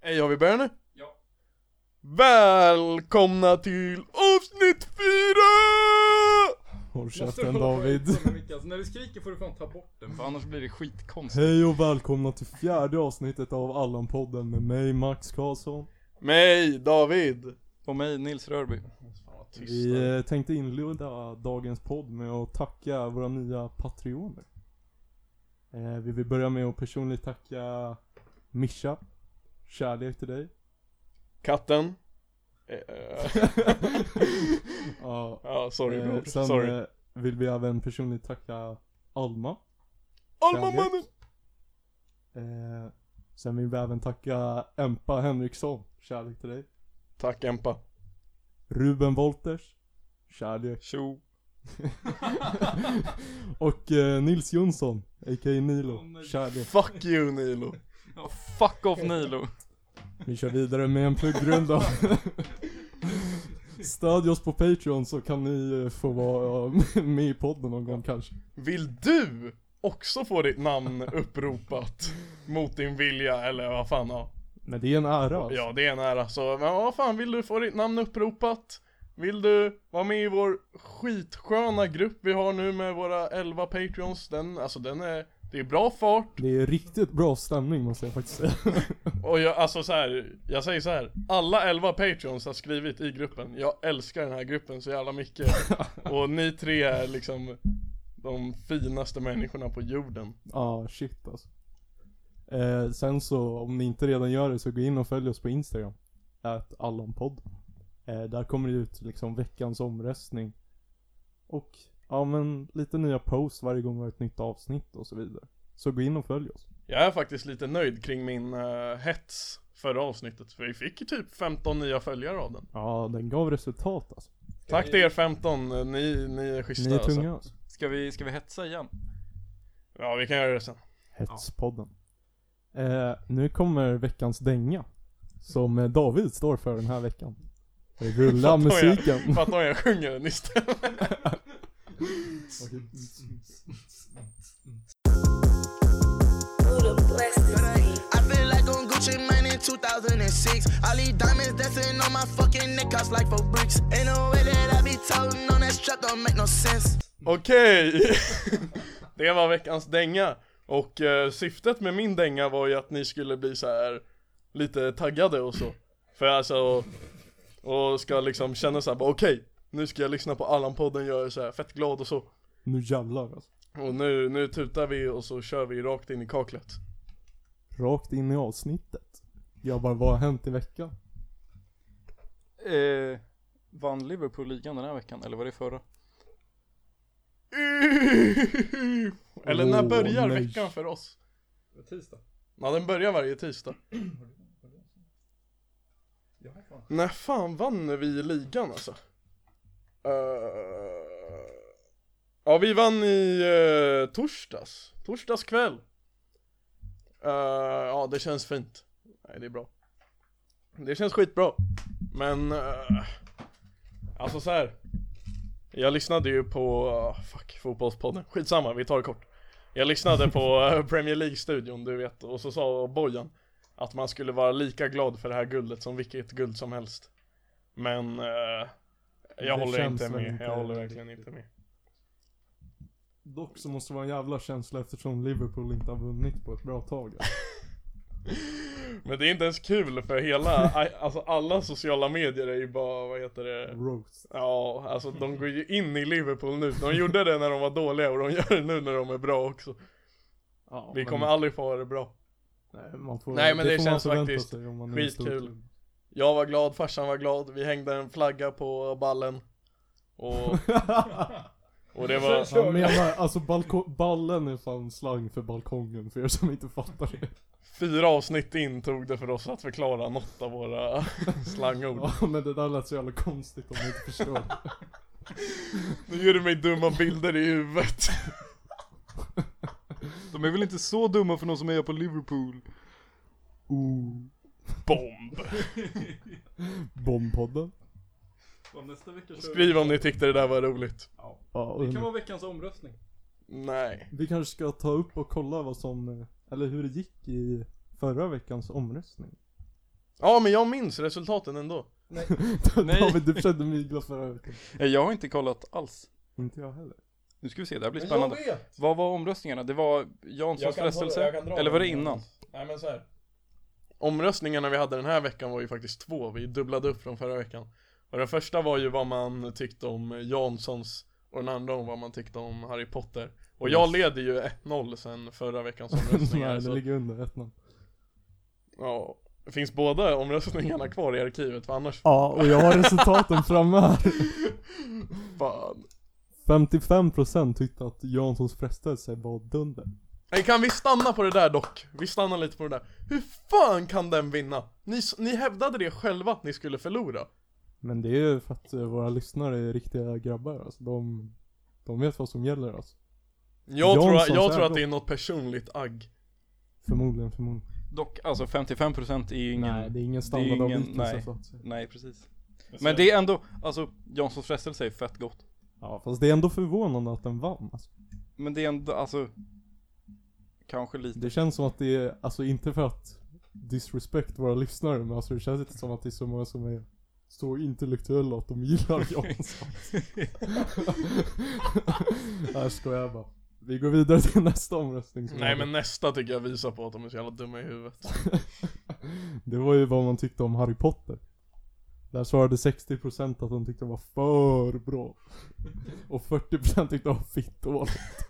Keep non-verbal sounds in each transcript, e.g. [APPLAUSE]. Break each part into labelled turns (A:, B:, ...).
A: Hej, har vi börjat nu?
B: Ja.
A: Välkomna till avsnitt 4!
C: Håll käften David.
B: Alltså, när du skriker får du fan ta bort den, för annars blir det skitkonstigt.
C: [LAUGHS] Hej och välkomna till fjärde avsnittet av Allan-podden med mig Max Karlsson.
A: Mig, David.
B: Och mig, Nils Rörby.
C: Vi eh, tänkte inleda dagens podd med att tacka våra nya patrioner. Eh, vi vill börja med att personligt tacka Mischa. Kärlek
A: [LAUGHS]
C: till dig.
A: Katten. Eh,
C: Ja,
A: Ja, sorry
C: eh,
A: bror.
C: sen
A: Sorry.
C: eh, vill vi även personligt tacka Alma.
A: Alma
C: kärlek.
A: mannen!
C: Eh, sen vill vi även tacka Empa Henriksson. Kärlek till dig.
A: Tack Empa.
C: Ruben Wolters.
B: [LAUGHS]
C: Kärlek.
A: Tjo.
C: Och eh, Nils Jonsson, a.k.a. Nilo,
B: Åh, nej.
C: kärlek.
A: Fuck you Nilo.
B: Fuck off Nilo.
C: Vi kör vidare med
B: [LAUGHS]
C: en pluggrunda. Stödj oss på Patreon så kan ni eh, få vara eh, [LAUGHS] med i podden någon gång kanske.
A: Vill du också få ditt namn uppropat mot din vilja eller vad fan ja.
C: Men det är en ära alltså.
A: Ja det är en ära så, men vad fan vill du få ditt namn uppropat? Vill du vara med i vår skitsköna grupp vi har nu med våra 11 patreons? Den, alltså den är, det är bra fart
C: Det är riktigt bra stämning måste jag faktiskt säga.
A: och jag, alltså så här, jag säger så här. Alla 11 patreons har skrivit i gruppen Jag älskar den här gruppen så jävla mycket Och ni tre är liksom de finaste människorna på jorden
C: Ja, shit alltså. Eh, sen så, om ni inte redan gör det så gå in och följ oss på Instagram. At Allonpodd. Eh, där kommer det ut liksom veckans omröstning. Och, ja men lite nya posts varje gång vi har ett nytt avsnitt och så vidare. Så gå in och följ oss.
A: Jag är faktiskt lite nöjd kring min eh, hets förra avsnittet För vi fick ju typ 15 nya följare av den
C: Ja, den gav resultat alltså.
A: Tack till er 15, ni, ni är schyssta
C: Ni är
A: alltså.
C: tunga alltså.
B: [LAUGHS] Ska vi, ska vi hetsa igen?
A: Ja vi kan göra det sen
C: Hetspodden. Eh, nu kommer veckans dänga. Som eh, David står för den här veckan.
A: [LAUGHS]
C: Rulla
A: Fattar jag.
C: musiken. [LAUGHS]
A: Fattar om jag sjunger den istället
D: Who the blessed is me?
E: I feel like on Gucci Mane in 2006. All these diamonds dancing on my fucking neck cost like for bricks. Ain't no way that I be toting on that strap don't make no sense.
A: [LAUGHS] Okej! [LAUGHS] det var veckans dänga Och eh, syftet med min dänga var ju att ni skulle bli så här Lite taggade och så För alltså Och, och ska liksom känna såhär bara okej Nu ska jag lyssna på Allan-podden, jag är så här fett glad och så
C: Nu jävlar alltså.
A: Och nu, nu tutar vi och så kör vi rakt in i kaklet
C: rakt in i avsnittet. Jag bara, vad har hänt i veckan?
B: Eh, vann Liverpool ligan den här veckan, eller var det förra?
A: [LAUGHS] Eller när
C: Åh,
A: börjar
C: nej.
A: veckan för oss?
B: Tisdag.
A: Ja den börjar varje [CLEARS THROAT] tisdag När fan vann vi ligan alltså? Eh, Ja vi vann i eh, torsdags, torsdags kväll Eh, Ja det känns fint, nej det är bra Det känns skitbra, men eh, Alltså så här. Jag lyssnade ju på, ah, fuck fotbollspodden, skitsamma vi tar det kort Jag lyssnade på
C: [LAUGHS]
A: eh, Premier League-studion du vet, och så sa Bojan Att man skulle vara lika glad för det här guldet som vilket guld som helst Men eh, jag
C: Det
A: håller
C: känns
A: inte
C: väl
A: med,
C: inte
A: jag håller verkligen inte med
C: Dock så måste det vara en jävla känsla eftersom Liverpool inte har vunnit på ett bra
A: [LAUGHS]
C: tag.
A: Men det är inte ens kul för hela, aj- alltså alla sociala medier är ju bara, vad heter det?
C: Roast.
A: Ja, alltså de går ju in i Liverpool nu. De gjorde det när de var dåliga och de gör det nu när de är bra också.
C: Ja,
A: Vi
C: men-
A: kommer aldrig få ha det bra.
C: nej, man får,
A: Nej, men det
C: får
A: känns
C: man förvänta
A: faktiskt
C: sig om man är en stor
A: skitkul. [LAUGHS]
C: klubb.
A: Jag var glad, farsan var glad, vi hängde en flagga på ballen. Och, och det var...
C: Jag menar, alltså balko- ballen är fan slang för balkongen för er som inte fattar det.
A: Fyra avsnitt in tog det för oss att förklara något av våra slangord.
C: Ja, men det där lät så jävla konstigt om ni inte förstår.
A: Nu ger du mig dumma bilder i huvudet.
B: De är väl inte så dumma för någon som är på Liverpool?
C: Ooh.
A: Bomb.
C: [LAUGHS] Bombpodden.
B: nästa vecka
A: Skriv om ni tyckte det där var roligt.
C: Ja,
B: Det kan
C: undrar-
B: vara veckans omröstning.
A: Nej.
C: Vi kanske ska ta
B: [LAUGHS]
C: upp och kolla vad som, eh, eller hur det gick i förra veckans omröstning.
A: Ja men jag minns resultaten ändå.
B: Nej.
C: David, du försökte mygla förra veckan.
B: Eh, Jag har inte kollat alls. Inte
C: jag heller.
B: Nu ska vi se, det här blir
A: Men
B: spännande.
A: Jag vet!
B: Vad var omröstningarna? Det var Janssons frestelse? Eller var det innan?
A: Nej men så här. Omröstningarna vi hade den här veckan var ju faktiskt två, vi dubblade upp från förra veckan. Och den första var ju vad man tyckte om Janssons och den andra om vad man tyckte om Harry Potter. Och jag leder ju 1-0 sen förra veckans
B: [LAUGHS]
A: omröstningar.
B: alltså.
C: Nej, det
A: så
C: ligger under 1-0.
A: Ja, finns båda omröstningarna kvar i arkivet för annars,
C: Ja, och jag har resultaten framme [LAUGHS] här.
A: fan.
C: 55% tyckte att Janssons frestelse var dunder.
A: Nej, kan vi stanna på det där dock? Vi stannar lite på det där. Hur fan kan den vinna? Ni, s- ni hävdade det själva att ni skulle förlora.
C: Men det är ju för att eh, våra lyssnare är riktiga grabbar alltså. De, de vet vad som gäller alltså.
A: Jag, tror,
C: Janssons
A: jag tror
C: är
A: att det är något personligt agg.
C: Förmodligen, förmodligen.
B: Dock, alltså 55% är ju ingen...
C: Nej, det
B: det
C: är ingen
B: är ingen-
C: standardavvikelse
B: nej.
C: så att säga.
B: Nej, precis. Men det är ändå, alltså Janssons frestelse är fett gott.
C: Ja, fast det är ändå förvånande att den vann alltså.
B: Men det är ändå, alltså... Kanske lite.
C: Det känns som att det är, alltså inte för att disrespect våra lyssnare, men alltså det känns inte som att det är så många som är så intellektuella att de
A: [LAUGHS]
C: gillar [LAUGHS] Jansson. Nej, skojar jag bara. Vi går vidare till nästa omröstning. som
A: Nej
C: hade.
A: men nästa tycker jag visar på att de är så jävla dumma i huvudet.
C: Det var ju vad man tyckte om Harry Potter. Där svarade 60% att de tyckte det var för bra. Och 40% tyckte det var fitt dåligt.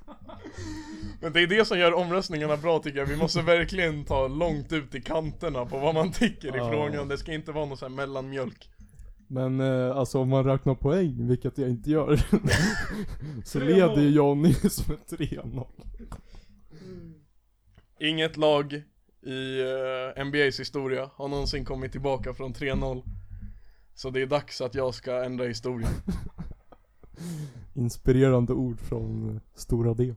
A: Men det är det som gör omröstningarna bra tycker jag. Vi måste verkligen ta långt ut i kanterna på vad man tycker i
C: Ja.
A: frågan. Det ska inte vara någon sån här mellanmjölk.
C: Men eh, alltså om man räknar poäng, vilket jag inte gör, [LAUGHS] så
A: 3-0.
C: leder ju jag och [LAUGHS] Nils med 3-0.
A: Inget lag i eh, NBA's historia har någonsin kommit tillbaka från 3-0 Så det är dags att jag ska ändra historien
C: Inspirerande ord från eh, Stora D.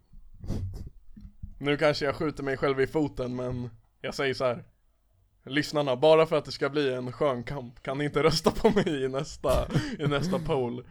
A: Nu kanske jag skjuter mig själv i foten men jag säger så här. Lyssnarna, bara för att det ska bli en skön kamp kan ni inte rösta på mig i nästa, i nästa poll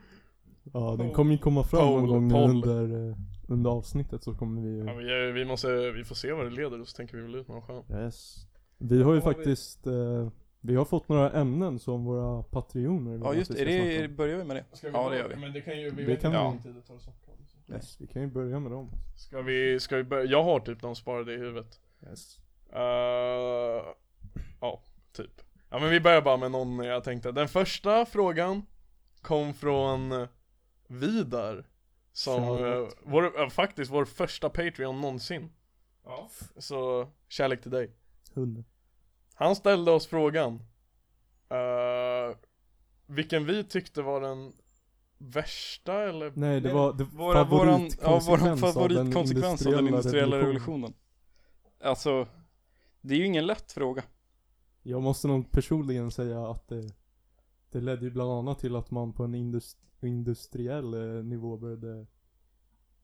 C: Ja, den kommer ju komma fram någon
A: Poll,
C: gång nu
A: poll.
C: under, eh, under avsnittet så kommer vi ju...
A: ja, vi, eh, vi måste, vi får se vad det leder och så tänker vi väl ut någon skön
C: Yes. Vi har ju
B: Då har vi-
C: faktiskt, eh, vi har fått några ämnen som våra patrioner vill
B: Ja
C: att
B: just
C: vi
B: det,
C: Mm, ska
B: är det,
C: snacka
B: är-
C: om.
B: börjar vi med det? Ja det gör vi.
A: Men det kan ju,
C: Det vet kan inte vi. hur lång
A: tid det tar att snacka om
C: Yes, vi kan ju börja med dem.
A: Ska vi, ska vi börja? Jag har typ någon sparade i huvudet
C: Yes.
A: Eh, ja, typ. Ja men vi börjar bara med någon jag tänkte. Den första frågan kom från Vidar. Som uh,
C: Shoutout.
A: vår, eh, faktiskt vår första Patreon någonsin.
B: Ja.
A: Så kärlek till dig.
C: Hund.
A: Han ställde oss frågan. eh, vilken vi tyckte var den värsta eller?
C: Nej, det var det
B: Våra, våran, ja, våran
C: favoritkonsekvens av den
B: favoritkonsekvens av den industriella revolutionen. Alltså, det är ju ingen lätt fråga.
C: Jag måste nog personligen säga att det, det ledde ju bland annat till att man på en indust, industriell eh, nivå började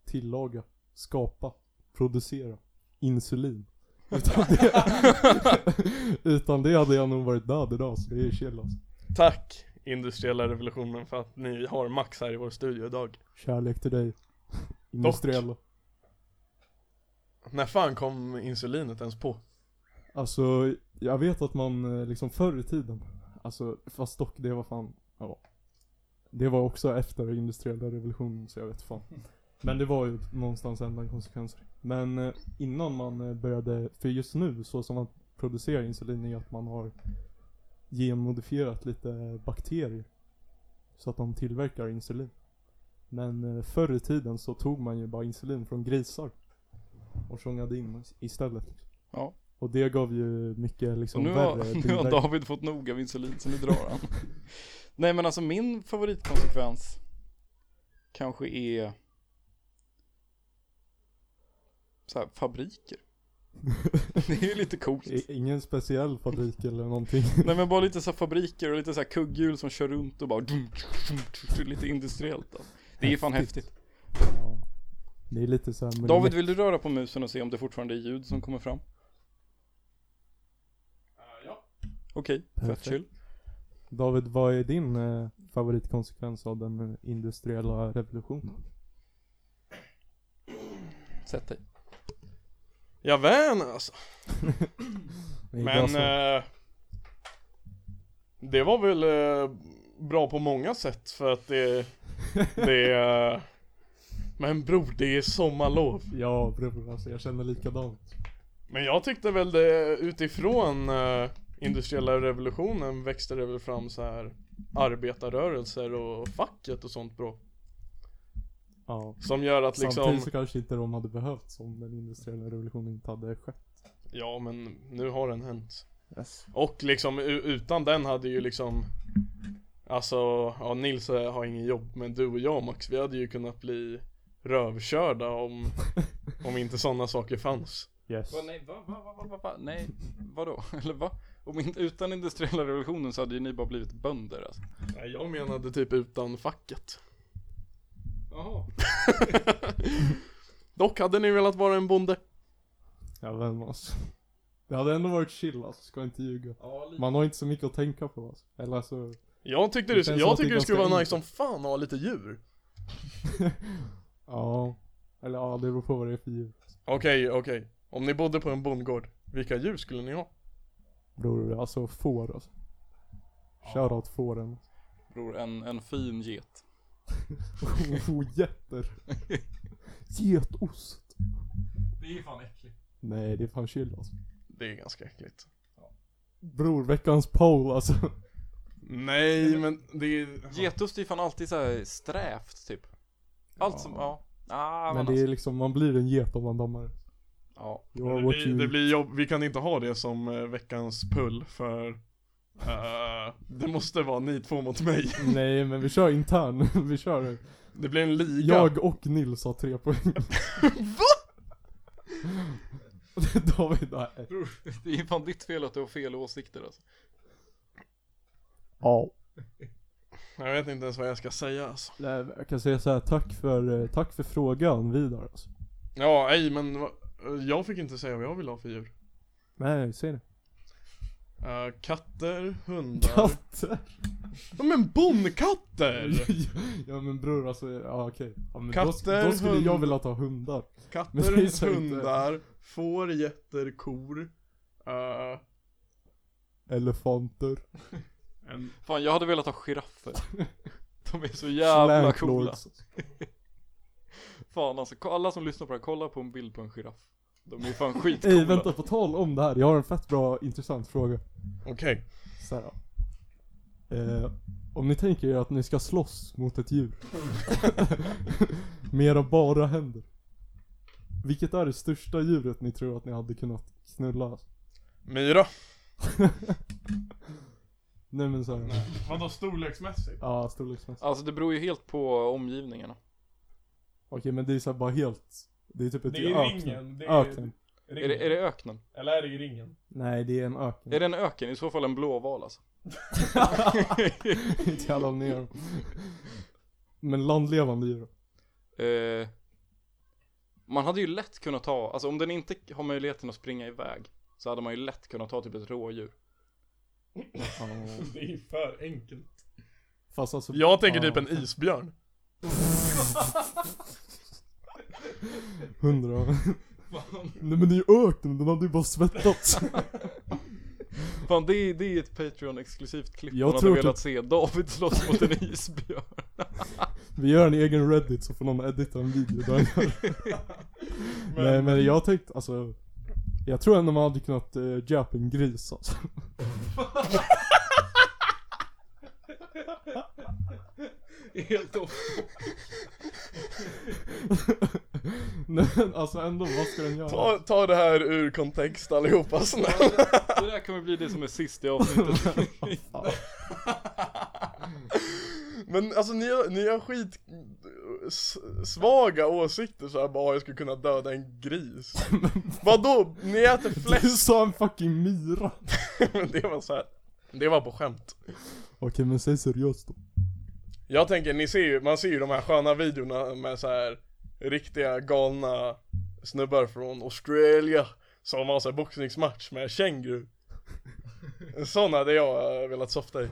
C: tillaga, skapa, producera insulin. Utan det, [LAUGHS] utan det hade jag nog varit död idag så det är chill alltså.
A: Tack industriella revolutionen för att ni har Max här i vår studio idag.
C: Kärlek till dig. Industriella.
A: När fan kom insulinet ens på?
C: Alltså, jag vet att man eh, liksom förr i tiden, alltså fast dock det var fan, ja. Det var också efter industriella revolutionen så jag
B: [LAUGHS]
C: vet fan. Men det var ju någonstans ändan konsekvenser. Men eh, innan man eh, började, för just nu så som man producerar insulin är att man har genmodifierat lite bakterier. Så att de tillverkar insulin. Men eh, förr i tiden så tog man ju bara insulin från grisar. Och tjongade in istället.
B: Ja.
C: Och det gav ju mycket
B: Så [LAUGHS]
C: liksom
B: nu
C: värre
B: har, nu har
C: biverkningar.
B: David fått nog av insulin, så nu drar han. [LAUGHS] Nej men alltså min favoritkonsekvens kanske är så här, fabriker. [LAUGHS] Det är ju lite coolt.
C: I- Ingen speciell
B: [LAUGHS]
C: fabrik eller någonting.
B: Nej men bara lite så här fabriker och lite så här kugghjul som kör runt och bara [LAUGHS] dum, dum, dum, lite industriellt då. Det är fan häftigt.
C: Ja. Det är lite så här
B: David vill du röra på musen och se om det fortfarande är ljud som kommer fram? Eh,
A: ja.
B: Okej, fett
C: Perfekt.
B: chill.
C: David, vad är din eh, favoritkonsekvens av den industriella
B: [LAUGHS]
C: revolutionen?
B: Sätt dig.
A: Jag vän alltså.
C: Det är bra
A: Men
C: så.
A: eh, Det var väl eh, bra på många sätt för att
C: [LAUGHS]
A: det, det eh, Men bror, det är sommarlov.
C: Ja bror, alltså jag känner likadant.
A: Men jag tyckte väl det utifrån eh, industriella revolutionen växte det väl fram så här arbetarrörelser och facket och sånt bra.
C: Ja.
A: Som gör att liksom,
C: Samtidigt så kanske inte de hade behövts om den industriella revolutionen inte hade skett.
A: ja men nu har den hänt.
B: Yes.
A: Och liksom u- utan den hade ju liksom Alltså, ja Nils eh, har ingen jobb men du och jag Max, vi hade ju kunnat bli rövkörda
C: [LAUGHS]
A: om, om inte sådana saker fanns.
C: Yes.
B: Va, nej, va, va, va, va, va, va, [LAUGHS] nej, vadå? Eller va? Om inte, utan industriella revolutionen så hade ju ni bara blivit bönder alltså.
A: Nej, jag menade typ utan facket.
B: Jaha.
A: [LAUGHS] Dock hade ni velat vara en bonde.
C: Ja vem alltså. Det hade ändå varit chill alltså, ska inte ljuga.
B: Ja, lite.
C: Man har inte så mycket att tänka på alltså. Eller alltså,
A: Jag tyckte
C: Det
A: det,
C: känns som
A: jag
C: att det är
A: tycker det skulle
C: ganska
A: vara nice som fan att ha lite djur.
C: ja. Eller ja, det beror på vad det är för djur.
A: Okej, okej. Om ni bodde på en bondgård, vilka djur skulle ni ha?
C: Bror, alltså får alltså. Shoutout fåren. [LAUGHS]
B: Bror, en, en fin get.
C: Oh, getter. Getost.
B: Det är fan äckligt.
C: Nej, det är fan chill alltså.
A: Det är ganska äckligt.
C: Bror, veckans poll alltså.
A: Nej men det är...
B: Getost är ju fan alltid så här strävt typ. Allt som, ja. Ah,
C: Men
B: men
C: det är
B: alltså,
C: liksom, man blir en get om man dammar.
B: ja.
C: You are
A: det,
C: what
A: blir,
C: you...
A: det blir jobb, vi kan inte ha det som eh, veckans pull för eh, det måste vara ni två mot mig.
C: Nej, men vi kör intern. [LAUGHS] vi kör det.
A: Det blir en liga.
C: Jag och Nils har tre poäng. Va? [LAUGHS] David har ett.
B: Det är ju fan ditt fel att du har fel åsikter alltså.
C: Ja.
A: Jag vet inte ens vad jag ska säga alltså.
C: Nej, men Jag kan säga så här, tack för, eh, tack för frågan Vidar alltså.
A: Ja, nej men va- jag fick inte säga vad jag vill ha för djur.
C: Nej, säg det.
A: Eh, katter, hundar.
C: Katter!
A: Ja men bondkatter!
C: [LAUGHS] ja men bror alltså, ja okej. Ja, men
A: Katter,
C: då, då skulle jag
A: hund-
C: vilja ta hundar. Men det är
A: Katter,
C: så inte-
A: hundar, får, getter, kor. Eh,
C: Elefanter.
A: en,
B: Fan, jag hade velat ha
C: [LAUGHS]
B: giraffer. De är så jävla coola.
C: slantlords.
B: Fan alltså, ko- alla som lyssnar på det här, kolla på en bild på en giraff. De är ju
C: [LAUGHS]
B: fan skitcoola.
C: Ey vänta, på tal om det här. Jag har en fett bra intressant fråga.
A: Okej.
C: Så här, ja. eh, Om ni tänker er att ni ska slåss mot ett djur. [LAUGHS] med era bara händer. Vilket är det största djuret ni tror att ni hade kunnat knulla?
A: Myra.
C: Nej men såhär.
A: Vadå storleksmässigt?
C: Ja, storleksmässigt.
B: Alltså det beror ju helt på omgivningarna.
C: Okej men det är såhär bara helt. Det är typ ett
A: Det är
C: öken.
A: ringen, det är-
C: öken.
B: Är det, är det öknen?
C: Mm.
A: Eller är det i ringen?
C: Nej det är en öken.
B: Är det en öken? I så fall en blåval alltså.
C: Inte jävla ner dem. [LAUGHS] Men landlevande djur då?
B: Eh, man hade ju lätt kunnat ta, alltså om den inte har möjligheten att springa iväg så hade man ju lätt kunnat ta typ ett rådjur.
C: Ja.
A: Det är för enkelt.
C: Fast alltså.
A: Jag tänker
C: ja,
A: typ en isbjörn. [LAUGHS]
C: 100. Nej men det är ju öken, den hade ju bara svettats.
B: Fan det är, det är ett Patreon-exklusivt klipp
C: Jag
B: man hade
C: tror
B: velat
C: typ-
B: se. David slåss mot en isbjörn.
C: Vi gör en egen reddit så får någon edita en video där han gör. Nej men jag tänkte alltså. Jag tror ändå man hade kunnat uh, japa en gris alltså.
B: Helt off.
C: [LAUGHS] Nej men alltså ändå, vad ska den göra?
A: Ta, ta det här ur kontext allihopa snälla.
B: Det där kommer bli det som är sist i
C: [LAUGHS]
B: avsnittet.
A: Men alltså ni har, ni har skit s- svaga åsikter såhär bara "Ah, jag skulle kunna döda en gris. Vadå? Ni äter
C: Du
A: fläsk?
C: sa en fucking myra.
A: Men [LAUGHS] det var så här. Det var på skämt.
C: Okej men säg seriöst då.
A: Jag tänker, ni ser ju, man ser ju de här sköna videorna med så här riktiga galna snubbar från Australien som har så här boxningsmatch med känguru. Sådana hade jag eh, velat softa i.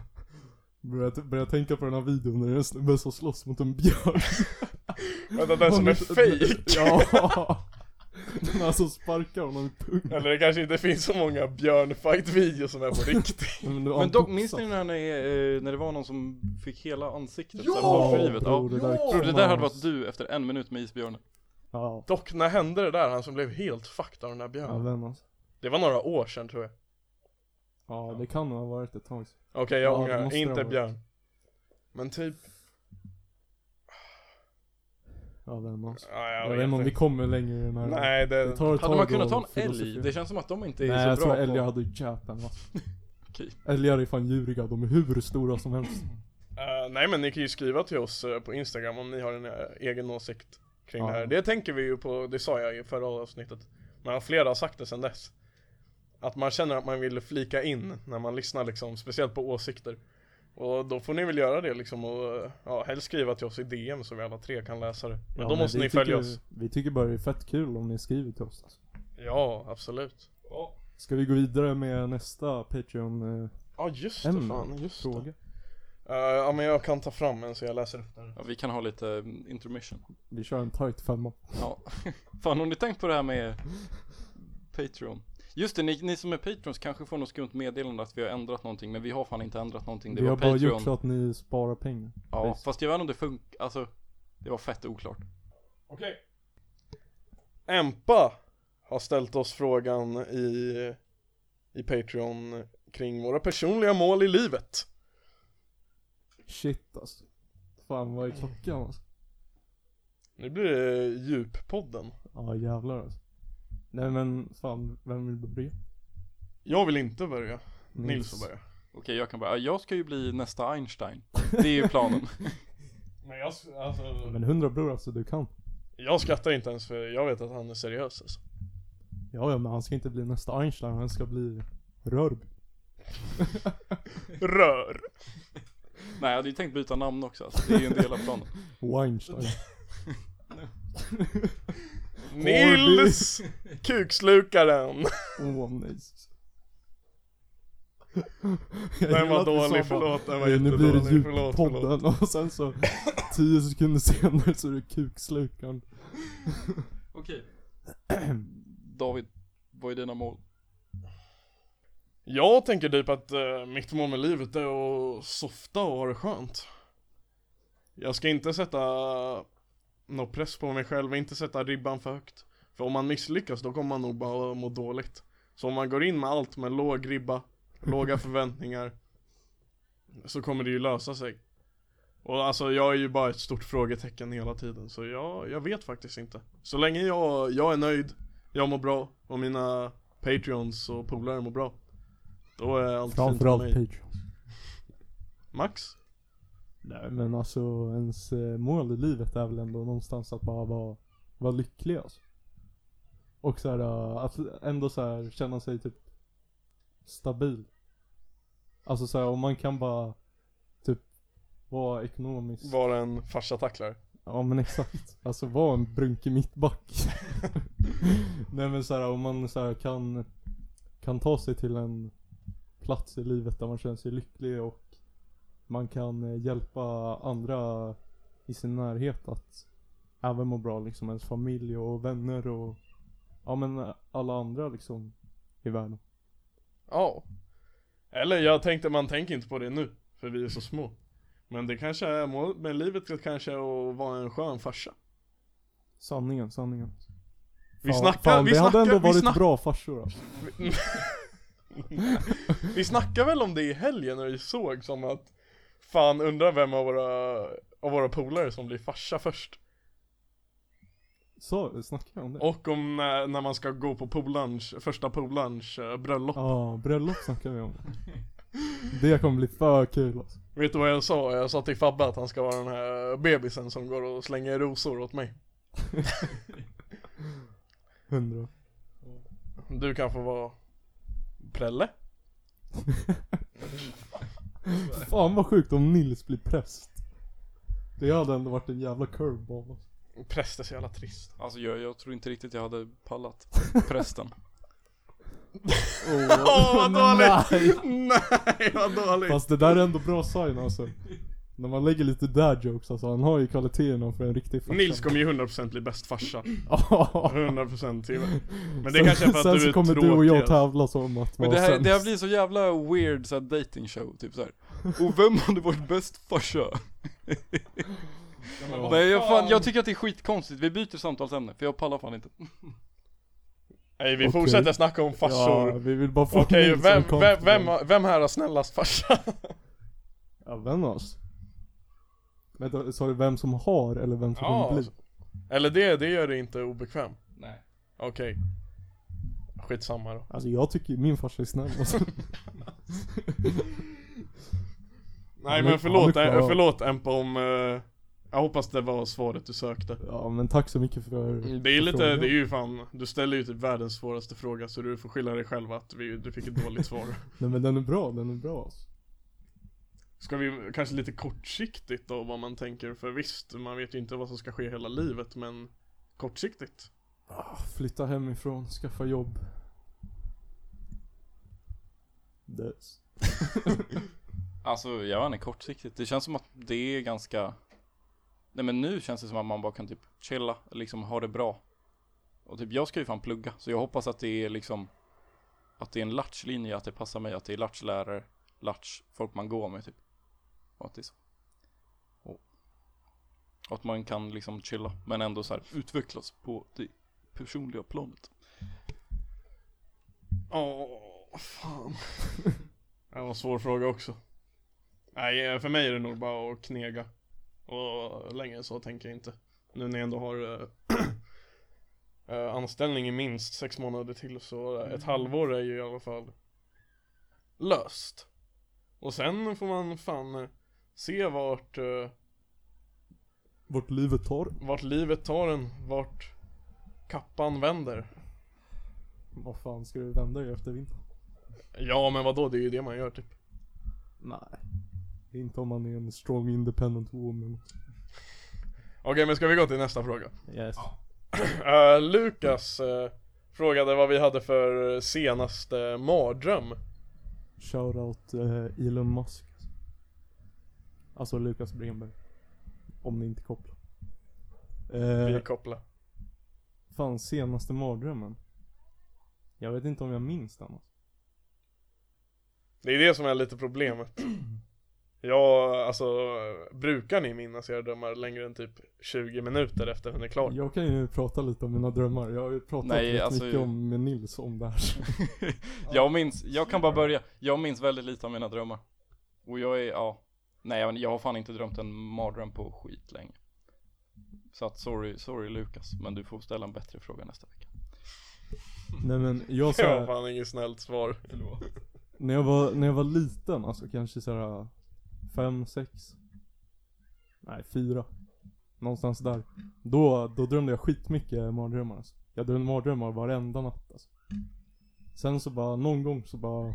C: Börjar, börjar tänka på den här videon när det är en snubbe som slåss mot en björn.
A: Vänta, den som är
C: Om-
A: fake.
C: Ja. [LAUGHS] björnar som sparkar honom i pungen.
A: Eller det kanske inte finns så många björnfight-videos som är på riktigt.
C: Men, det var
B: Men
C: en
B: dock,
C: pizza.
B: minns ni när, ni, eh, när det var någon som fick hela ansiktet?
A: Ja!
B: Ja! För livet?
C: bror,
B: ja.
C: det där
B: Bror, det där hade varit
C: knas.
B: du efter en minut med isbjörnen.
C: Ja,
A: Dock, när hände det där? Han som blev helt fucked av den där
C: ja,
A: björnen.
C: vem alltså.
A: Det var några år sedan tror jag.
C: Ja, det kan nog ha varit ett tag sedan.
A: Okej, jag
C: Ja, det
A: ångrar.
C: måste det ha
A: Inte
C: varit.
A: björn. Men typ,
C: Ja, vem alltså.
A: ja, jag,
C: Jag vet inte om vi kommer längre i den här.
A: Nej, det...
C: Det tar ett
B: Hade man
C: tag
B: kunnat
C: att
B: ta en älg?
C: filosofera.
B: Det känns som att de inte är
C: Nej, jag
B: så
C: tror
B: bra
C: älgar
B: på...
C: hade ju japat en massa.
B: [LAUGHS] Okej.
C: Älgar är fan djuriga, de är hur stora som helst.
A: Eh, nej men ni kan ju skriva till oss eh, på Instagram om ni har en eh, egen åsikt kring
C: Ja.
A: det här. Det tänker vi ju på, det sa jag i förra avsnittet. Men flera har sagt det sedan dess. Att man känner att man vill flika in när man lyssnar liksom, speciellt på åsikter. Och då får ni väl göra det liksom och eh, ja, helst skriva till oss i DM så vi alla tre kan läsa det. Men
C: Ja,
A: då måste
C: vi
A: ni följa
C: tycker,
A: oss.
C: Vi tycker bara det är fett kul om ni skriver till oss. Alltså.
A: Ja, absolut.
C: Ska vi gå vidare med nästa Patreon-fråga?
A: Ja just det,
C: Ämne.
A: fan, just det. Eh, ja men jag kan ta fram en så jag läser upp den.
B: Ja, vi kan ha lite mm, intermission.
C: Vi kör en tight femma.
B: Ja. [LAUGHS] Fan, har ni tänkt på det här med Patreon? Just det, ni, ni som är Patrons kanske får något skumt meddelande att vi har ändrat någonting, men vi har fan inte ändrat någonting. Det
C: Vi
B: var
C: har bara
B: Patreon.
C: gjort så att ni sparar pengar.
B: ja,
C: Precis.
B: fast jag vet inte om det funkar, alltså. Det var fett oklart.
A: Okej. Empa har ställt oss frågan i, i Patreon kring våra personliga mål i livet.
C: Shit alltså. Fan vad är klockan alltså?
A: Nu blir det djuppodden.
C: Ja jävlar alltså. Nej men fan, vem vill börja?
A: Jag vill inte börja. Nils får börja.
B: Okej, jag kan bara, ja, jag ska ju bli nästa Einstein. Det är ju
C: [LAUGHS]
B: planen.
A: Men jag,
C: Ja, Men hundra bror alltså, du kan.
A: jag skrattar inte ens för jag vet att han är seriös alltså.
C: Ja ja men han ska inte bli nästa Einstein, han ska bli Rörby.
A: Rör!
B: Nej, jag hade ju tänkt byta namn också, alltså. det är ju en del av planen.
A: [LAUGHS]
C: Weinstein.
A: Nils!
C: [LAUGHS]
A: Kukslukaren!
C: Åh oh, nej. [LAUGHS]
A: Den var dålig, förlåt. Den var
C: Nu blir
A: jättedålig,
C: det
A: förlåt, förlåt.
C: djuppodden [LAUGHS] och sen så tio sekunder senare så är det kukslukaren.
B: Okej. David, vad är dina mål?
A: Jag tänker typ att eh, mitt mål med livet är att softa och ha det skönt. Jag ska inte sätta någon press på mig själv, inte sätta ribban för högt. För om man misslyckas då kommer man nog bara må dåligt. Så om man går in med allt med låg ribba, låga förväntningar, så kommer det ju lösa sig. Och alltså jag är ju bara ett stort frågetecken hela tiden, så jag, jag vet faktiskt inte. Så länge jag, jag är nöjd, jag mår bra och mina patreons och polare mår bra. Då är allt fint med
C: Framförallt
A: mig.
C: Patreon.
A: Max?
C: Nej men alltså ens eh, mål i livet är väl ändå någonstans att bara vara, vara lycklig alltså. Och så här, eh, att ändå så här känna sig typ stabil. Alltså så här, om man kan bara typ vara ekonomisk.
A: Vara en farsa tacklar.
C: Ja men exakt. Alltså var en
A: [LAUGHS]
C: brunke mittback. Nej men såhär om man så här, kan, kan ta sig till en plats i livet där man känner sig lycklig och man kan eh, hjälpa andra i sin närhet att även må bra liksom. Ens familj och vänner och ja men eh, alla andra liksom i världen.
A: Ja. Eller jag tänkte, man tänker inte på det nu, för vi är så små. Men det kanske är, målet med livet kanske är att vara en skön farsa.
C: Sanningen, sanningen.
A: Vi
C: Fan-
A: snackar,
C: fan,
A: vi
C: det
A: snackar,
C: hade ändå
A: vi
C: varit
A: snackar,
C: bra farsor alltså.
A: vi snackar väl om det i helgen när vi såg som att Fan undrar vem av våra, av våra polare som blir farsa först.
C: Så, snackar jag om det?
A: Och om när, när man ska gå på polarns, första polarns eh, bröllop.
C: Ja, bröllop snackar vi om. Det kommer bli för kul alltså.
A: Vet du vad jag sa? Jag sa till Fabbe att han ska vara den här bebisen som går och slänger rosor åt mig.
C: Hundra.
A: Du kan få vara Prelle?
C: Fan vad sjukt om Nils blir präst. Det hade ändå varit en jävla curveball alltså.
A: Präst är så jävla trist.
B: Alltså jag, jag tror inte riktigt jag hade pallat prästen.
A: Åh vad dåligt!
C: [LAUGHS] Nej.
A: [LAUGHS] Nej vad dåligt!
C: Fast det där är ändå bra sign alltså. När man lägger lite där jokes alltså, han har ju kvaliteterna för en riktig farsa.
A: Nils kommer ju 100% bli bäst farsa.
C: [LAUGHS] Ja.
A: 100%
C: [LAUGHS]
A: till. Men det kanske är för att
C: Sen
A: du
C: så
A: är
C: kommer du och jag
A: tråkigast.
C: tävla om att
B: Men
C: vara
B: det här, det här
C: sämst.
B: blir så jävla weird såhär dating show typ såhär Och vem hade varit bäst farsa? Nej jag, fan, jag tycker att det är skitkonstigt, vi byter samtalsämne för jag pallar fan inte
A: Nej vi
C: Okej.
A: fortsätter snacka om
C: Ja, liksom
A: farsor.
C: vi vill bara få
A: Okej,
C: Nils som
A: vem,
C: kompis.
A: vem, vem, vem här har snällast farsa? [LAUGHS]
C: Ja, vem av oss? Vänta, sa du vem som har eller vem som
A: Ja,
C: kommer bli?
A: alltså. Eller det, det gör det inte obekväm.
B: Nej
A: Okej. Skitsamma då.
C: Alltså jag tycker min farsa är snäll alltså.
A: [LAUGHS] Nej
C: men-
A: men förlåt,
C: ja, men-
A: eh, förlåt Empa om... eh, Jag hoppas det var svaret du sökte.
C: Ja men tack så mycket för
A: Mm, Det är lite,
C: frågan.
A: det är ju fan, du ställer ju typ världens svåraste fråga så du får skylla dig själv att vi, du fick ett dåligt svar.
C: Nej men den är bra, den är bra alltså.
A: Ska vi kanske lite kortsiktigt då vad man tänker för visst, man vet ju inte vad som ska ske hela livet men kortsiktigt.
C: Ah, Flytta hemifrån, skaffa jobb. Döds.
B: Alltså jag vet inte, kortsiktigt, det känns som att det är ganska Nej men nu känns det som att man bara kan typ chilla, liksom ha det bra Och typ jag ska ju fan plugga, så jag hoppas att det är liksom Att det är en latchlinje, att det passar mig, att det är latchlärare, latch, folk man går med typ Och att det är så och, och att man kan liksom chilla, men ändå så här utvecklas på det personliga planet
A: Åh, fan. det var en svår fråga också. Nej, för mig är det nog bara att knega. Och längre än så tänker jag inte. Nu när jag ändå har eh, [CLEARS THROAT] eh, anställning i minst sex månader till så eh, ett halvår är ju i alla fall löst. Och sen får man fan eh, se vart, eh,
C: Vart livet tar.
A: vart livet tar en, vart kappan vänder.
C: Vad fan ska du vända dig efter vintern?
A: Ja men vadå, det är ju det man gör typ.
C: Nej. Inte om man är en strong independent woman.
A: Okej men ska vi gå till nästa fråga? [CLEARS THROAT]
C: Yes.
A: Eh, Lukas eh, frågade vad vi hade för eh, senaste mardröm.
C: Shoutout eh, Elon Musk. Alltså Lukas Bremberg. Om ni inte kopplar. Eh,
A: Vi kopplar.
C: fan senaste mardrömmen. Jag vet inte om jag minns den. alltså.
A: Det är det som är lite problemet. [CLEARS THROAT] Jag, alltså, eh, brukar ni minnas era drömmar längre än typ 20 minuter efter den är klar?
C: Jag kan ju prata lite om mina drömmar. Jag har ju pratat
B: Nej,
C: rätt
B: alltså-
C: mycket om, med Nils
B: [LAUGHS]
C: om det här.
B: Jag minns, jag kan bara börja, jag minns väldigt lite av mina drömmar Och jag är, ja Nej jag, jag har fan inte drömt en mardröm på skit länge Så att sorry, sorry Lukas Men du får ställa en bättre fråga nästa vecka
C: Nej men
A: [LAUGHS]
C: jag
A: Det var
C: såhär,
A: fan inget snällt svar.
C: när, jag var, när jag var liten, alltså kanske såhär fem, sex. Nej, fyra. Någonstans där. Då, då drömde jag skitmycket mardrömmar alltså. Jag drömde mardrömmar varenda natt alltså. Sen så bara, någon gång så bara,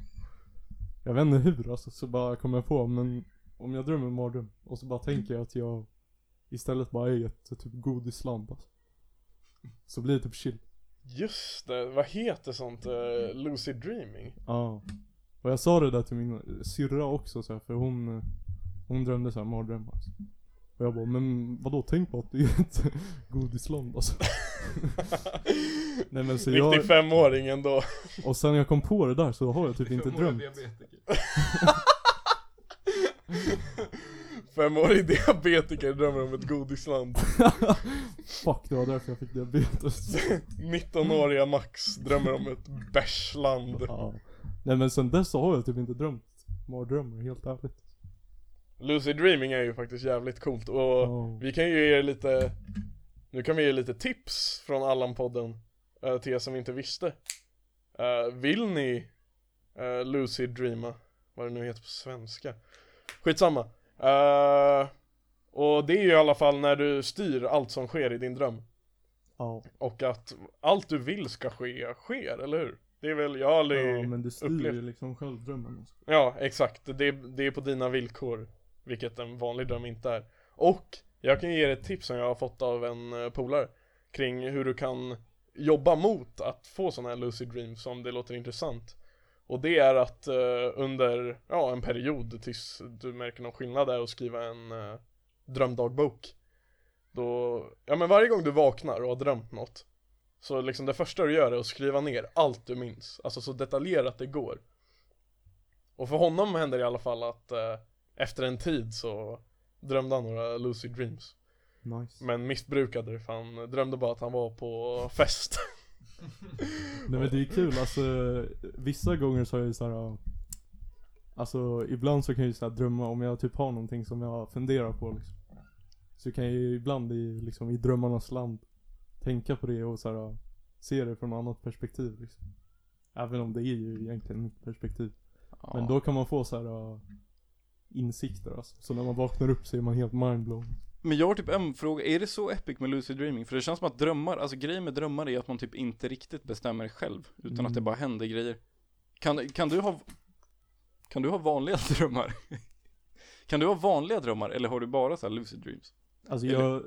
C: jag vet inte hur alltså, så bara kom jag på, men om jag drömmer en mardröm och så bara tänker jag att jag istället bara är ett typ godisland alltså. Så blir det typ chill.
A: Just det, vad heter sånt? Uh, lucid dreaming? [LAUGHS]
C: Ja. Och jag sa det där till min syrra också så här, för hon, eh, hon drömde så här mardrömmar. Alltså. Och jag bara, men vadå tänk på att det är ett [LAUGHS] godisland alltså. Nej men så jag,
A: Riktig femåring ändå.
C: och sen jag kom på det där [LAUGHS] så har jag typ inte drömt.
A: Femårig diabetiker drömmer om ett godisland.
C: Fuck det var därför jag fick diabetes. [LAUGHS]
A: 19-åriga Max drömmer om ett bärsland.
C: ja. Nej men sen dess så har jag typ inte drömt mardrömmar helt ärligt.
A: Lucid Dreaming är ju faktiskt jävligt coolt och
C: Ja.
A: vi kan ju ge er lite Nu kan vi ge lite tips från Allan-podden eh, till er som inte visste Eh, Vill ni eh, Lucid Dreama? Vad det nu heter på svenska Skitsamma Eh, Och det är ju i alla fall när du styr allt som sker i din dröm
C: Ja.
A: Och att allt du vill ska ske, sker, eller hur? Det är väl, jag har aldrig
C: ja men du styr ju
A: upplevt.
C: liksom själv drömmen. Alltså.
A: Ja, exakt. Det, det är på dina villkor, vilket en vanlig dröm inte är. Och jag kan ge er ett tips som jag har fått av en eh, polare kring hur du kan jobba mot att få sådana här lucid dreams om det låter intressant. Och det är att eh, under, ja, en period tills du märker någon skillnad är att skriva en eh, drömdagbok. Då, ja men varje gång du vaknar och har drömt något så liksom det första du gör är att skriva ner allt du minns, alltså så detaljerat det går. Och för honom händer det i alla fall att eh, efter en tid så drömde han några lucid dreams.
C: Nice.
A: Men missbrukade det för han drömde bara att han var på fest.
C: [LAUGHS] Nej men det är kul alltså, vissa gånger så har jag ju såhär Alltså ibland så kan jag ju såhär drömma om jag typ har någonting som jag funderar på liksom. Så kan jag ju ibland i, liksom, i drömmarnas land tänka på det och såhär se det från ett annat perspektiv liksom. Även om det är ju egentligen mitt perspektiv.
B: Ja.
C: Men då kan man få såhär insikter alltså. Så när man vaknar upp så är man helt mindblown.
B: Men jag har typ en fråga, är det så epic med lucid dreaming? För det känns som att drömmar, alltså grejen med drömmar är att man typ inte riktigt bestämmer själv, utan
C: Mm.
B: att det bara händer grejer. Kan, kan du ha, kan du ha vanliga [LAUGHS] drömmar? kan du ha vanliga drömmar, eller har du bara så här lucid dreams?
C: Alltså jag,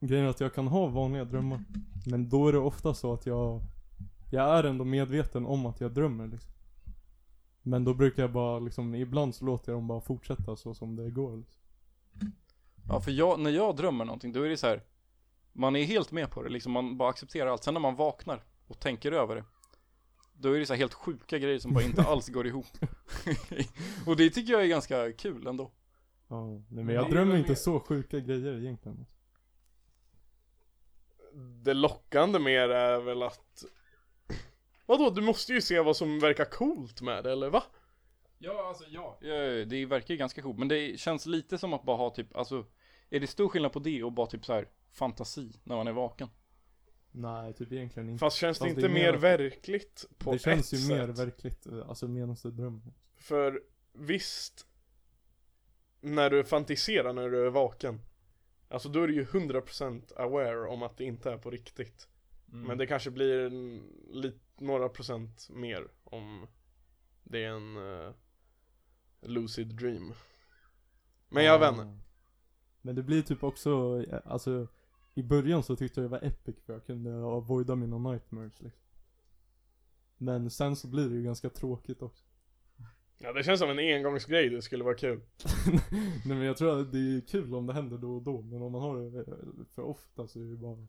C: grejen är att jag kan ha vanliga drömmar. Men då är det ofta så att jag, jag är ändå medveten om att jag drömmer liksom. Men då brukar jag bara liksom, ibland så låter jag dem bara fortsätta så som det går liksom.
B: Ja, för jag, när jag drömmer någonting, då är det så här, man är helt med på det, liksom man bara accepterar allt. Sen när man vaknar och tänker över det, då är det så här helt sjuka grejer som bara [LAUGHS] inte alls går ihop. och det tycker jag är ganska kul ändå.
C: Ja, nej, men
B: Det
C: jag
B: är
C: drömmer
B: väl
C: inte
B: mer-
C: så sjuka grejer egentligen. liksom.
A: Det lockande mer är väl att Vadå, du måste ju se vad som verkar coolt med det, eller va?
B: Ja, alltså ja. Det verkar ju ganska coolt, men det känns lite som att bara ha typ, alltså, är det stor skillnad på det och bara typ så här fantasi när man är vaken?
C: Nej, typ egentligen inte.
A: Fast känns det
C: Fast
A: inte
C: det är
A: mer
C: mer-
A: verkligt på
C: det känns
A: ett
C: ju mer
A: sätt?
C: verkligt, eh, alltså medan du drömmer.
A: För visst När du fantiserar när du är vaken Alltså då är du ju 100% aware om att det inte är på riktigt
C: Mm.
A: Men det kanske blir en, lit, några procent mer om det är en eh, lucid dream Men jag vet inte.
C: Ah. Men det blir typ också, eh, alltså i början så tyckte jag det var epic för jag kunde avoida mina nightmares liksom. Men sen så blir det ju ganska tråkigt också.
A: Ja det känns som en engångsgrej, det skulle vara kul
C: Nej men jag tror att det är kul om det händer då och då, men om man har det eh, för ofta så är det bara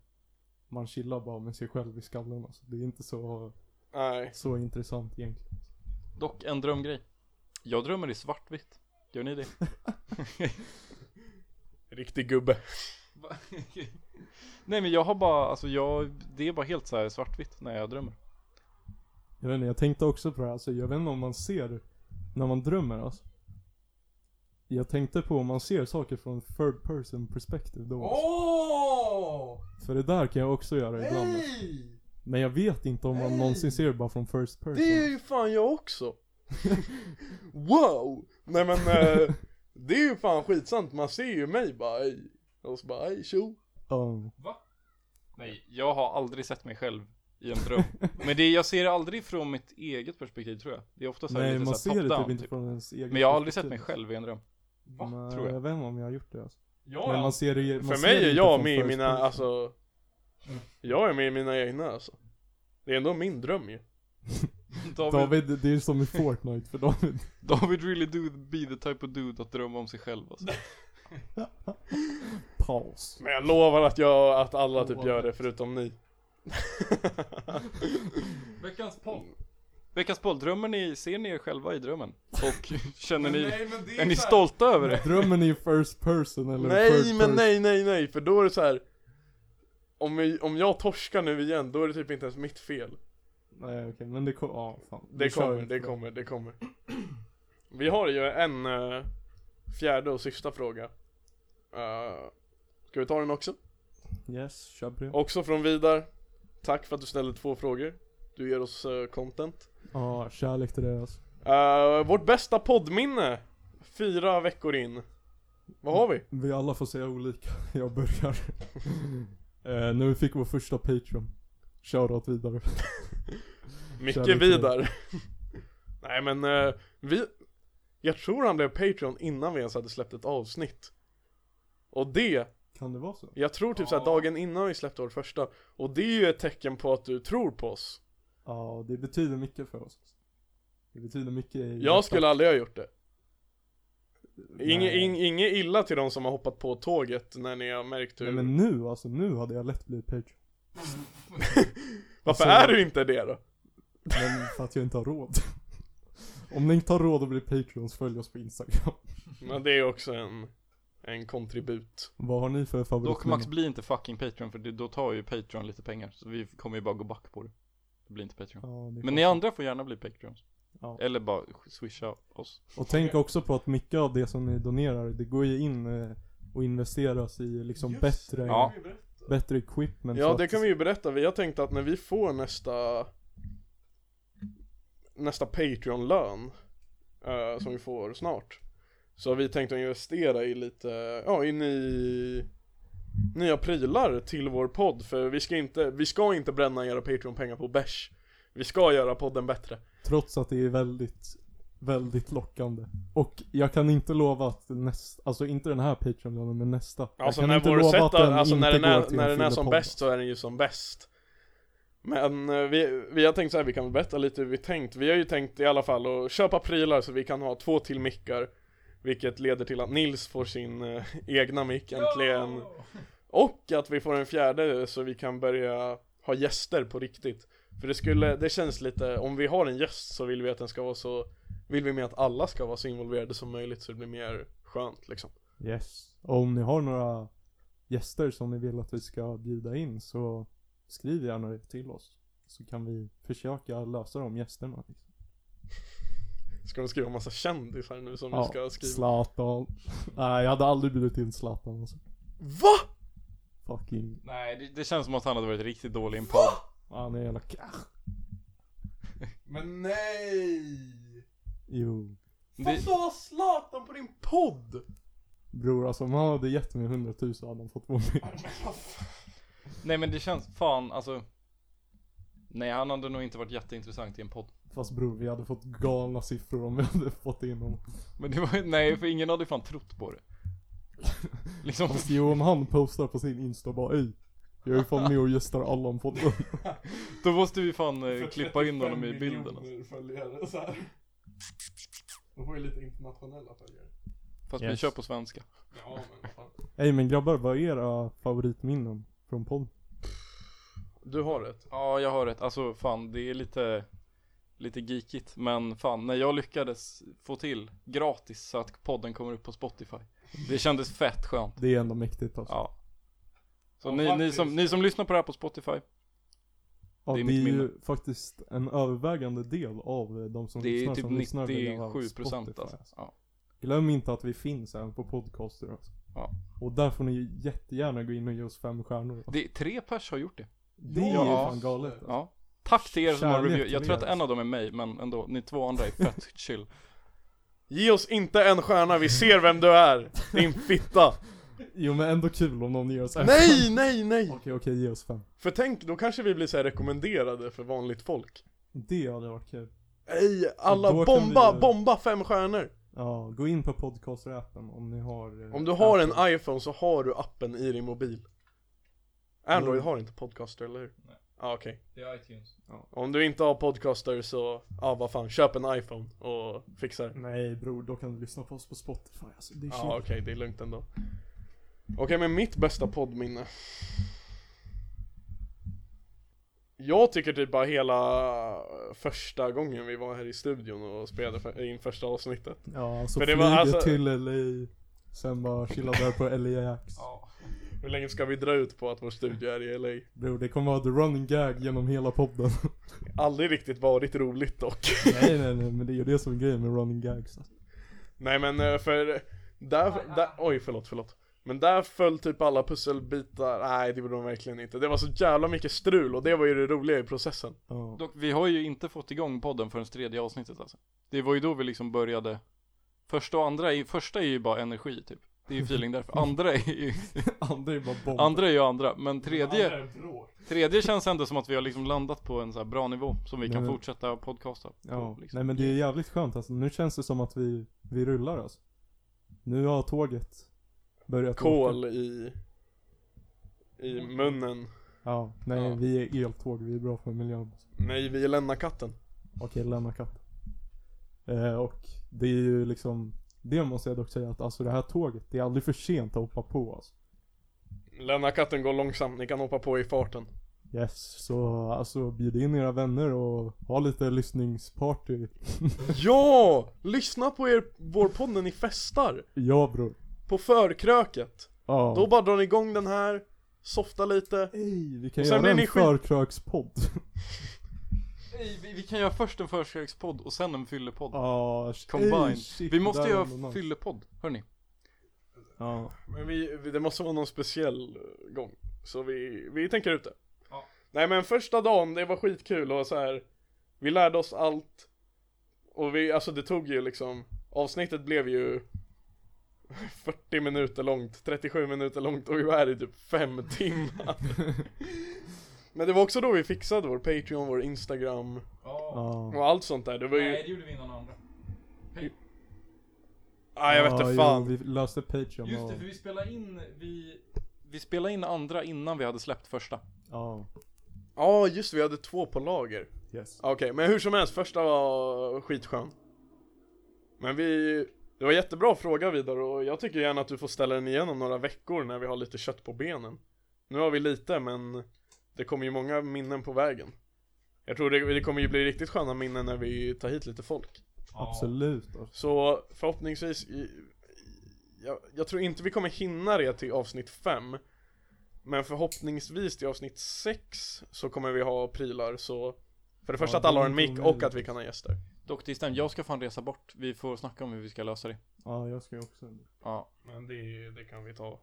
C: man chillar bara med sig själv i skallen alltså. Det är inte så,
A: Nej
C: så intressant egentligen.
B: Dock en drömgrej. Jag drömmer i svartvitt. Gör ni det? [LAUGHS]
A: Riktig gubbe
B: Nej men jag har bara, alltså jag, det är bara helt så här svartvitt när jag drömmer.
C: Jag vet inte, jag tänkte också på det här, alltså, jag vet inte om man ser när man drömmer alltså. Jag tänkte på om man ser saker från third person perspective då. alltså.
D: Åh!
C: För det där kan jag också göra ibland. alltså.
D: Hej!
C: Men jag vet inte om man
D: Nej!
C: någonsin ser det bara från first person.
A: Det är ju fan jag också
C: [LAUGHS]
A: Wow! Nej men eh, Det är ju fan skitsamt, man ser ju mig bara ej. Och så bara ej tjo
C: Ja.
B: Nej, jag har aldrig sett mig själv i en dröm. men det, jag ser det aldrig från mitt eget perspektiv tror jag. Det är ofta så här
C: Nej
B: lite
C: man
B: så här
C: ser det typ
B: top-down
C: inte
B: typ.
C: från ens egen
B: Men jag har aldrig sett mig
C: perspektiv.
B: själv i en dröm.
D: Va?
C: Nej,
B: tror jag.
C: jag vet inte om jag har gjort det alltså.
D: Ja,
C: Men
D: ja.
C: man ser det ju- man
A: För
C: ser
A: mig
C: det
A: är
C: inte
A: jag
C: från
A: med i
C: first
A: mina,
C: person.
A: alltså Jag är med i mina egna alltså Det är ändå min dröm ju
B: David,
C: David, det är som i Fortnite för David.
B: David really do be the type of dude att drömma om sig själv alltså.
C: Paus.
A: Men jag lovar att jag, att alla typ
C: Oavsett.
A: gör det förutom ni
D: Veckans podd.
B: Veckans boll, drömmer ni, ser ni er själva i drömmen?
D: [LAUGHS]
B: Och känner ni,
D: Nej men det
B: är ni
D: så här-
B: stolta över det?
C: Drömmen är ju first person eller
A: Nej
C: third
A: men
C: person.
A: nej nej nej, för då är det så här. Om, vi, om jag torskar nu igen, då är det typ inte ens mitt fel
C: Nej okej, men det kommer, ja fan.
A: Det
C: Vi kör
A: kommer,
C: inte
A: det kommer, det kommer. [CLEARS THROAT] Vi har ju en eh, fjärde och sista fråga. Eh, ska vi ta den också?
C: Yes, kör på det.
A: Också från Vidar. Tack för att du ställde två frågor. Du ger oss eh, content.
C: Ja, kärlek till det alltså.
A: Eh, vårt bästa poddminne. Fyra veckor in. Vad har vi?
C: Vi alla får säga olika, [LAUGHS] jag börjar. eh, när vi fick vår första Patreon. Shoutout vidare.
A: Mycket
C: Kärlek till dig.
A: Vidar. [LAUGHS] Nej men, eh, vi... Jag tror han blev Patreon innan vi ens hade släppt ett avsnitt. Och det
C: Kan det vara så?
A: Jag tror typ såhär dagen innan vi släppte vårt första Och det är ju ett tecken på att du tror på oss
C: Ja, det betyder mycket för oss. Det betyder mycket i
A: Jag
C: hjärtat.
A: skulle aldrig ha gjort det. Inge,
C: Nej.
A: ing, inge illa till de som har hoppat på tåget när ni har märkt hur...
C: Nej men nu alltså, nu hade jag lätt blivit page.
A: [LAUGHS] Varför
C: alltså-
A: är du inte det då?
C: Men för att jag inte har råd. [LAUGHS] Om ni inte har råd att bli Patreons, följ oss på Instagram. [LAUGHS]
A: Men det är också en, en kontribut.
C: Vad har ni för
B: Dock Max,
C: favoritminne?
B: bli inte fucking Patreon för det, då tar ju Patreon lite pengar. Så vi kommer ju bara gå back på det. Det blir inte Patreon.
C: Ja, det är
B: Men
C: klart.
B: ni andra får gärna bli Patreons.
C: Ja.
B: Eller bara swisha oss.
C: Och tänk också på att mycket av det som ni donerar, det går ju in eh, och investeras i liksom bättre,
B: Ja.
C: bättre equipment.
A: Ja
C: så
A: det
C: att-
A: kan vi ju berätta, vi har tänkt att när vi får nästa Nästa Patreon-lön eh, Som vi får snart Så har vi tänkt att investera i lite, ja in i Nya prylar till vår podd för vi ska inte, vi ska inte bränna era Patreon-pengar på bärs Vi ska göra podden bättre
C: Trots att det är väldigt, väldigt lockande. Och jag kan inte lova att nästa, alltså inte den här Patreon-lönen, men nästa. jag
A: Alltså
C: kan
A: när
C: inte
A: vår
C: lova
A: setup,
C: att den
A: alltså när
C: inte
A: den
C: går
A: är,
C: till
A: när
C: en
A: den är som
C: fyllepodd.
A: bäst så är den ju som bäst Men eh, vi, vi har tänkt så här, vi kan väl berätta lite hur vi tänkt Vi har ju tänkt i alla fall att köpa prylar så vi kan ha två till mickar Vilket leder till att Nils får sin eh, egna mick äntligen Och att vi får en fjärde så vi kan börja ha gäster på riktigt För det skulle, det känns lite, om vi har en gäst så vill vi att den ska vara så Vill vi med att alla ska vara så involverade som möjligt så det blir mer skönt liksom
C: Yes. Och om ni har några gäster som ni vill att vi ska bjuda in så skriv gärna det till oss. Så kan vi försöka lösa de gästerna. Liksom.
A: Ska de skriva en massa kändisar nu som du ska skriva?
C: Zlatan. Nej, jag hade aldrig bjudit in Zlatan alltså.
A: Va?
C: Fucking.
B: Nej, det, det känns som att han hade varit riktigt dålig i en podd.
C: Han är jävla kach.
A: [LAUGHS] Men nej!
C: Jo.
B: Det,
A: Få ha Zlatan på din podd!
B: Eh,
C: Bror alltså om han hade gett mig 100 000 hade han fått vara med.
B: nej men det känns fan, alltså. Nej, han hade nog inte varit jätteintressant i en podd.
C: Fast bror vi hade fått galna siffror om vi hade fått in honom.
B: Men det var nej, för ingen hade fan
A: [LAUGHS]
B: trott på det. Liksom,
C: Fast jo om han postar på sin insta bara ey. Jag är fan med och gästar
A: [LAUGHS]
C: Allan-podden.
B: då måste vi fan eh, klippa in honom i bilden. Alltså.
A: Följare, så här. De får ju lite internationella följare.
B: Fast vi
C: Yes.
B: kör på svenska.
A: Ja men vad fan.
C: Ey men grabbar vad är era favoritminnen från podden?
A: Du har rätt.
B: Ja, jag har rätt. Alltså fan, det är lite, lite geekigt. Men fan, när jag lyckades få till gratis så att podden kommer upp på Spotify. Det kändes fett skönt.
C: Det är ändå mäktigt alltså.
B: Ja. Så
A: Ja,
B: ni, ni,
A: faktiskt.
B: som, ni som lyssnar på det här på Spotify, Det
C: Ja,
B: är
C: det är,
B: mitt minne.
C: ju faktiskt en övervägande del av eh, de som
B: det är
C: lyssnar
B: typ
C: som lyssnar via
B: 97 procent
C: Spotify,
B: alltså. Ja.
C: Glöm inte att vi finns även på podcaster alltså.
B: Ja.
C: Och där får ni jättegärna gå in och ge oss fem stjärnor. Alltså.
B: Det, är- tre pers har gjort det.
C: Det är ju
B: Ja.
C: fan galet. Alltså.
B: Ja. Tack till er som har
C: Kärlek
B: review. Jag
C: till
B: tror
C: er,
B: att en
C: alltså.
B: av dem är mig, men ändå, ni två andra är fett
C: [LAUGHS]
B: chill.
A: Ge oss inte en stjärna, vi ser vem du är! Din
C: [LAUGHS]
A: fitta!
C: Jo men ändå kul om någon ger oss en
A: nej, nej, nej!
C: Okej okej, ge oss fem.
A: För tänk, då kanske vi blir så här rekommenderade för vanligt folk.
C: Det hade varit kul.
A: Ej, alla
C: Då kan
A: bomba,
C: vi-
A: bomba fem stjärnor!
C: Ja, gå in på podcaster-appen om ni har... eh,
A: Om du har
C: Apple.
A: en iPhone så har du appen i din mobil Android har inte podcaster, eller hur? Nej ah, okej
D: Det är iTunes.
A: Om du inte har podcaster så, ja ah, vad fan, köp en iPhone och fixa det
C: Nej bror, då kan du lyssna på oss på Spotify alltså. Det är
A: Ja
C: chill.
A: ah, okej, det är lugnt ändå Okej men mitt bästa poddminne Jag tycker typ bara hela första gången vi var här i studion och spelade för, in första avsnittet
C: Ja, alltså
A: För det
C: flyget
A: var alltså-
C: till LA. Sen bara chilla där på LAX.
B: Ja.
A: Hur länge ska vi dra ut på att vår studio är i LA?
C: Bror, det kommer vara the running gag genom hela podden.
A: Aldrig riktigt varit roligt dock
C: [LAUGHS] nej, nej, nej, men det är ju det som är grejen med running gags. alltså.
A: Nej men eh, för där, där, oj förlåt förlåt Men där föll typ alla pusselbitar, nej det gjorde de verkligen inte Det var så jävla mycket strul och det var ju det roliga i processen
C: Ja.
B: Dock, vi har ju inte fått igång podden förrän tredje avsnittet alltså. Det var ju då vi liksom började. Första och andra, är, första är ju bara energi typ. Det är ju feeling
C: [LAUGHS]
B: därför. Andra är ju,
C: [LAUGHS] Andra är bara bomb.
B: andra är ju andra. Men tredje,
A: bråk
B: tredje känns ändå som att vi har liksom landat på en så här bra nivå som vi
C: Nej,
B: kan
C: men-
B: fortsätta podcasta. på,
C: ja.
B: liksom.
C: Nej, men det är jävligt skönt alltså. Nu känns det som att vi, vi rullar alltså. Nu har tåget börjat åka.
A: Kol i, i munnen
C: Ja, nej,
A: Ja.
C: vi är eltåg. Vi är bra för miljön.
A: Nej vi är Lenna katten
C: Okej, lämna katt. Eh, och det är ju liksom, det måste jag dock säga att alltså det här tåget, det är aldrig för sent att hoppa på alltså.
A: Lämna katten gå långsamt, ni kan hoppa på i farten.
C: Yes, så alltså bjud in era vänner och ha lite lyssningsparty.
A: Ja! Lyssna på er, vår podd när ni festar!
C: ja bror.
A: På förkröket!
C: Ja.
A: Då bara drar ni igång den här, softa lite.
C: Ey, vi kan
A: Och sen
C: göra
A: blir
C: en
A: ni skit-
C: förkrökspodd.
B: Ey, Vi, vi kan göra först en försökspodd och sen en fyllepodd.
C: Ja, sh- ey,
B: Combined.
C: shit,
B: vi måste
C: där
B: göra
C: är någon annan.
B: fyllepodd, hörni.
C: Ja.
A: Men vi, vi, det måste vara någon speciell eh, gång. Så vi, vi tänker ut det.
B: Ja.
A: Nej men första dagen, det var skitkul och så här. Vi lärde oss allt. Och vi, alltså det tog ju liksom, avsnittet blev ju [LAUGHS] 40 minuter långt, 37 minuter långt och vi var här i typ 5 timmar. men det var också då vi fixade vår Patreon, vår Instagram
C: Ja.
A: och allt sånt där. Det var ju,
D: Nej, det gjorde vi innan andra.
A: ah, jag vet
C: Ja,
A: inte
C: jo,
A: fan.
C: vi löste Patreon
D: Just
C: och,
D: det, för vi spelade in, vi...
B: Vi spelade in andra innan vi hade släppt första.
C: ja.
A: Ja just det, vi hade två på lager.
C: Yes.
A: Okej, men hur som helst, första var skitskön. Men vi, det var jättebra fråga vidare och jag tycker gärna att du får ställa den igen om några veckor när vi har lite kött på benen. Nu har vi lite, men det kommer ju många minnen på vägen. Jag tror det, det kommer ju bli riktigt sköna minnen när vi tar hit lite folk.
C: Absolut. alltså.
A: Så förhoppningsvis, i- jag, jag tror inte vi kommer hinna det till avsnitt 5. Men förhoppningsvis till avsnitt 6 så kommer vi ha prylar så för det första
C: Ja,
A: att alla
C: det är
A: har en
C: inte
A: mick och
C: omöjligt.
A: att vi kan ha gäster.
B: Dock det stämmer, jag ska fan resa bort. Vi får snacka om hur vi ska lösa det.
C: Ja, jag ska ju också.
B: Ja.
A: Men det, det kan vi ta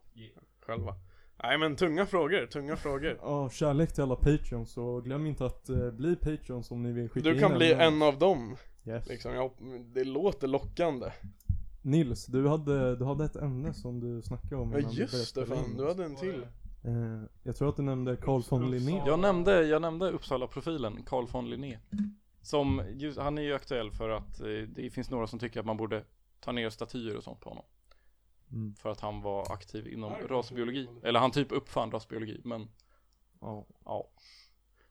A: själva. Nej men tunga frågor, tunga frågor.
C: Ja, kärlek till alla Patreons och glöm inte att eh, bli Patreons om ni vill skicka in
A: Du kan bli
C: ämnen.
A: en av dem,
C: yes.
A: liksom. Jag, hopp- det låter lockande.
C: Nils, du hade, du hade ett ämne som du snackade om
A: Ja
C: innan du
A: just det
C: började spela
A: fan,
C: in.
A: du hade en till.
C: Eh, jag tror att du nämnde Carl von Linné.
B: Jag nämnde, jag nämnde Uppsala-profilen, Carl von Linné. Som, just, han är ju aktuell för att eh, det finns några som tycker att man borde ta ner statyer och sånt på honom.
C: Mm.
B: För att han var aktiv inom rasbiologi. Eller han typ uppfann rasbiologi, men
C: Ja.
B: ja.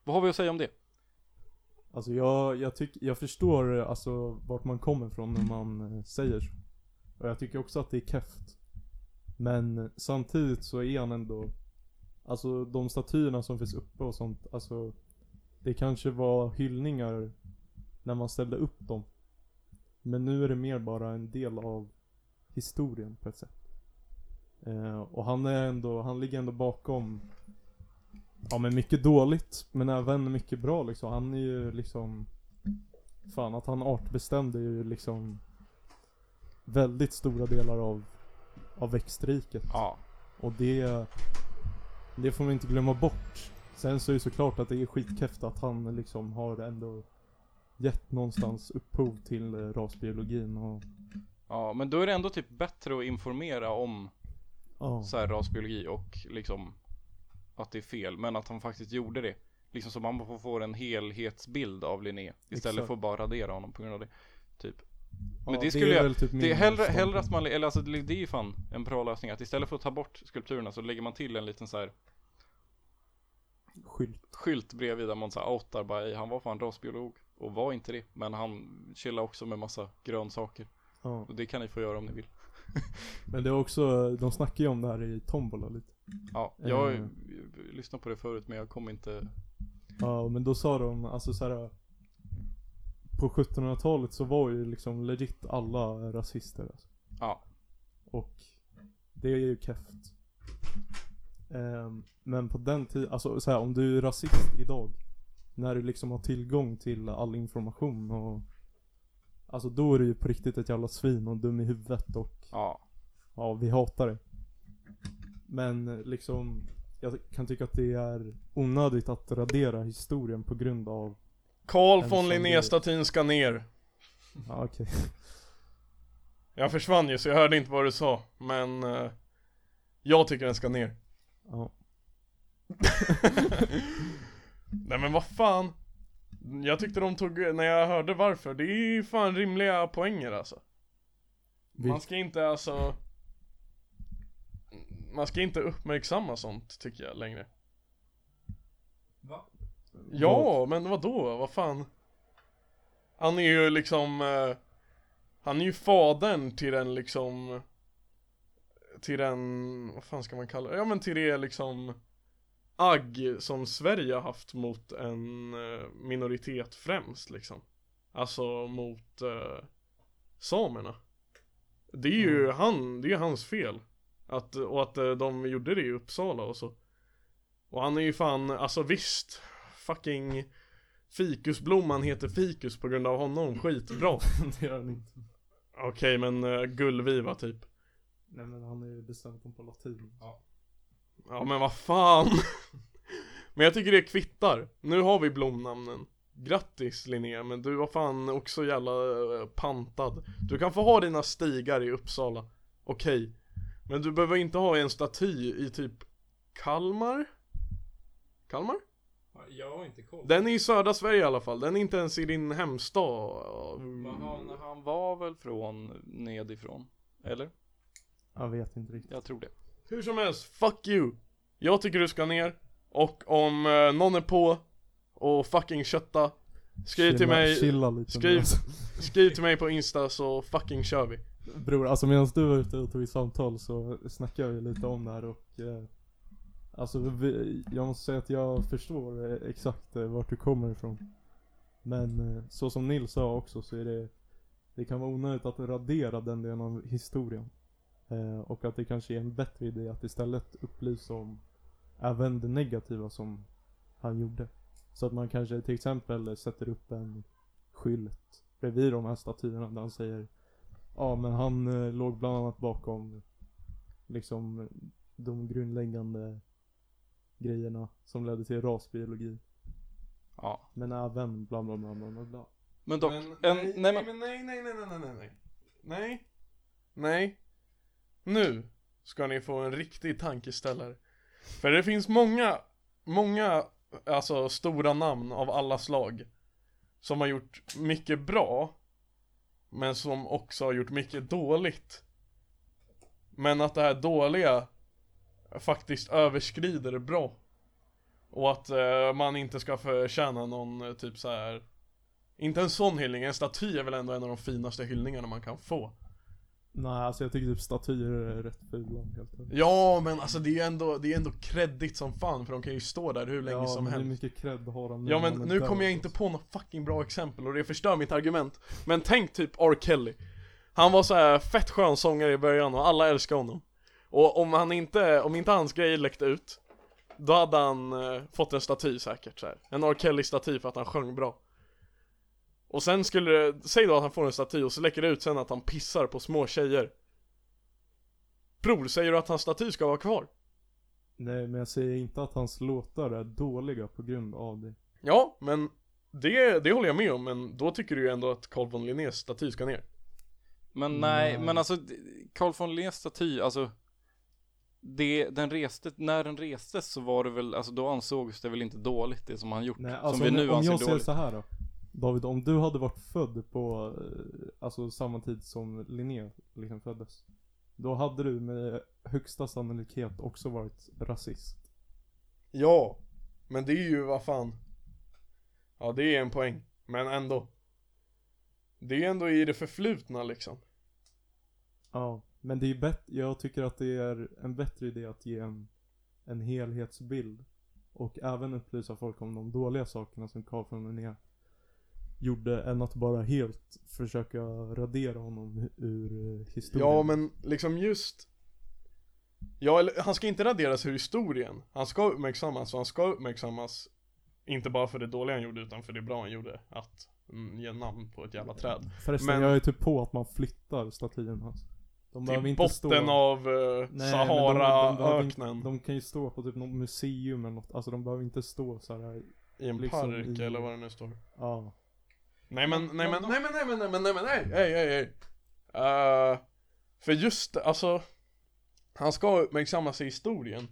B: Vad har vi att säga om det?
C: Alltså jag, jag, tyck, jag förstår eh, alltså vart man kommer ifrån när man eh, säger så. Och jag tycker också att det är keft. Men samtidigt så är han ändå, alltså de statyerna som finns uppe och sånt, alltså det kanske var hyllningar när man ställde upp dem. Men nu är det mer bara en del av historien på ett sätt. Eh, och han är ändå, han ligger ändå bakom Ja men mycket dåligt, men även mycket bra liksom. Han är ju liksom Fan att han artbestämde ju liksom Väldigt stora delar av Av växtriket.
B: Ja.
C: Och det Det får man inte glömma bort. Sen så är det såklart att det är skitkeft att han liksom har ändå Gett någonstans upphov till eh, rasbiologin och
B: Ja, men då är det ändå typ bättre att informera om
C: Ja,
B: så här rasbiologi och liksom att det är fel, men att han faktiskt gjorde det. Liksom så man får- får en helhetsbild av Linné istället
C: Exakt.
B: för att bara radera honom på grund av det. Typ.
C: Ja,
B: Men det
C: det
B: skulle
C: är
B: jag,
C: väl typ
B: det är
C: min
B: hellre, hellre
C: ståndpunkt.
B: att man, eller alltså det det är ju fan en bra lösning att istället för att ta bort skulpturerna så lägger man till en liten så här
C: skylt.
B: skylt bredvid där man så här outar bara, "Ey, han var fan rasbiolog och var inte det, men han chillade också med massa grönsaker.
C: Ja.
B: Och det kan ni få göra om ni vill.
C: Men det är också, de snackar ju om det här i Tombola lite.
B: Ja, jag har ju
C: Eh.
B: lyssnat på det förut men jag kommer inte
C: Ja, men då sa de, alltså så här. På 1700-talet så var ju liksom legit alla rasister alltså.
B: Ja.
C: Och det är ju keft. Ehm, men på den tiden, alltså så här, om du är rasist idag. När du liksom har tillgång till all information och Alltså då är du ju på riktigt ett jävla svin och dum i huvudet och
B: Ja,
C: Ja, vi hatar det. Men eh, liksom, jag kan tycka att det är onödigt att radera historien på grund av...
A: Carl
C: En
A: von
C: sån
A: Linné
C: grej.
A: statyn ska ner. Mm.
C: Ja, okej.
A: Jag försvann ju så jag hörde inte vad du sa, men eh, jag tycker den ska ner.
C: Ja.
A: [LAUGHS] Nej men vad fan Jag tyckte de tog, när jag hörde varför, det är ju fan rimliga poänger alltså Man
C: Vil-
A: ska inte alltså Man ska inte uppmärksamma sånt tycker jag längre
D: Va?
C: [LAUGHS]
A: Ja, men vad då? Vad fan? Han är ju liksom eh, Han är ju fadern till den liksom Till den, vad fan ska man kalla det? Ja men till det liksom Agg som Sverige har haft mot en eh, minoritet främst liksom Alltså mot eh, samerna Det är ju han, det är ju hans fel att, Och att eh, de gjorde det i Uppsala och så Och han är ju fan, alltså visst Fucking Fikusblomman heter Fikus på grund av honom, skitbra
C: det gör han inte.
A: Okej men uh, Gullviva typ
C: Nej men han är ju bestämt på latin.
A: Ja men vad fan [LAUGHS] Men jag tycker det kvittar Nu har vi blomnamnen Grattis Linnea men du var fan också jävla eh, pantad Du kan få ha dina stigar i Uppsala Okej Men du behöver inte ha en staty i typ Kalmar? Kalmar?
D: Jag har inte koll.
A: Den är i södra Sverige i alla fall Den är inte ens i din hemstad
B: Men han, han var väl från nedifrån? Eller?
C: Jag vet inte riktigt.
B: Jag tror det.
A: Hur som helst, fuck you! Jag tycker du ska ner, och om eh, någon är på och fucking kötta Skriv till mig,
C: Chilla lite nu,
A: skriv-
C: alltså.
A: skriv till mig på insta så fucking kör vi
C: Bror, alltså medan du var ute och tog i samtal så snackade vi lite om det här och eh, Alltså vi, jag måste säga att jag förstår eh, exakt eh, vart du kommer ifrån Men eh, så som Nils sa också så är det Det kan vara onödigt att radera den delen av historien eh, Och att det kanske är en bättre idé att istället upplysa om Även det negativa som han gjorde Så att man kanske till exempel sätter upp en skylt bredvid de här statyerna där han säger Ja men han eh, låg bland annat bakom liksom de grundläggande grejerna som ledde till rasbiologi.
B: Ja.
C: Men även bla bla bla bla bla. bla.
B: Men dock, en, nej,
A: nej,
B: men,
A: men nej, nej, nej, nej, nej, nej, nej Nej Nej Nu ska ni få en riktig tankeställare För det finns många, många, alltså stora namn av alla slag Som har gjort mycket bra Men som också har gjort mycket dåligt Men att det här dåliga faktiskt överskrider det bra Och att eh, man inte ska förtjäna någon eh, typ så här inte en sån hyllning, en staty är väl ändå en av de finaste hyllningarna man kan få
C: Nej alltså jag tycker typ statyer är rätt fula helt enkelt.
A: Ja men alltså det är ju ändå, det är ändå kreddigt som fan för de kan ju stå där hur länge
C: ja,
A: som
C: men Hur
A: helst
C: mycket cred har de
A: Ja men
C: Han är
A: nu
C: död,
A: kommer jag inte på något fucking bra exempel och det förstör mitt argument Men tänk typ R. Kelly Han var så här fett skön sångare i början och alla älskade honom Och om han inte, om inte hans grejer läckte ut Då hade han eh, fått en staty säkert så här. En R. Kelly-staty för att han sjöng bra Och sen skulle det, säg då att han får en staty och så läcker det ut sen att han pissar på små tjejer Bror, säger du att hans staty ska vara kvar?
C: Nej men jag säger inte att hans låtar är dåliga på grund av det.
A: Ja, men det, det håller jag med om, men då tycker du ju ändå att Carl von Linnés staty ska ner
B: men nej,
C: Nej.
B: men alltså d- Carl von Linnés staty, alltså det, den reste, när den restes så var det väl, alltså då ansågs det väl inte dåligt det som han gjort,
C: Nej,
B: som
C: alltså,
B: vi
C: om,
B: nu
C: om jag
B: anser
C: säger
B: dåligt.
C: så här då. David, om du hade varit född på eh, alltså, samma tid som Linné liksom föddes. Då hade du med högsta sannolikhet också varit rasist.
A: Ja, men det är ju vad fan Ja, det är en poäng, men ändå Det är ju ändå i det förflutna liksom
C: Ja. Men det är bättre, jag tycker att det är en bättre idé att ge en, en helhetsbild. Och även upplysa folk om de dåliga sakerna som Carl von Linné gjorde. Än att bara helt försöka radera honom ur eh, historien.
A: Ja, men liksom just Ja, eller han ska inte raderas ur historien Han ska uppmärksammas, och han ska uppmärksammas Inte bara för det dåliga han gjorde, utan för det bra han gjorde Att mm, ge namn på ett jävla träd
C: Förresten,
A: Men-
C: jag är typ på att man flyttar statyerna. De behöver
A: Till
C: inte stå...
A: botten av eh,
C: Nej, men de- de- de behöver inte-
A: Sahara-öknen
C: De kan ju stå på typ något museum eller något. Alltså de behöver inte stå så här.
A: I en
C: liksom
A: park
C: i-
A: eller vad det nu står
C: Ja.
A: Nej men, nej men,
D: de-
A: nej men, nej men, nej men, nej men, nej, nej, nej, nej. Eh, För just, det, alltså Han ska uppmärksammas i historien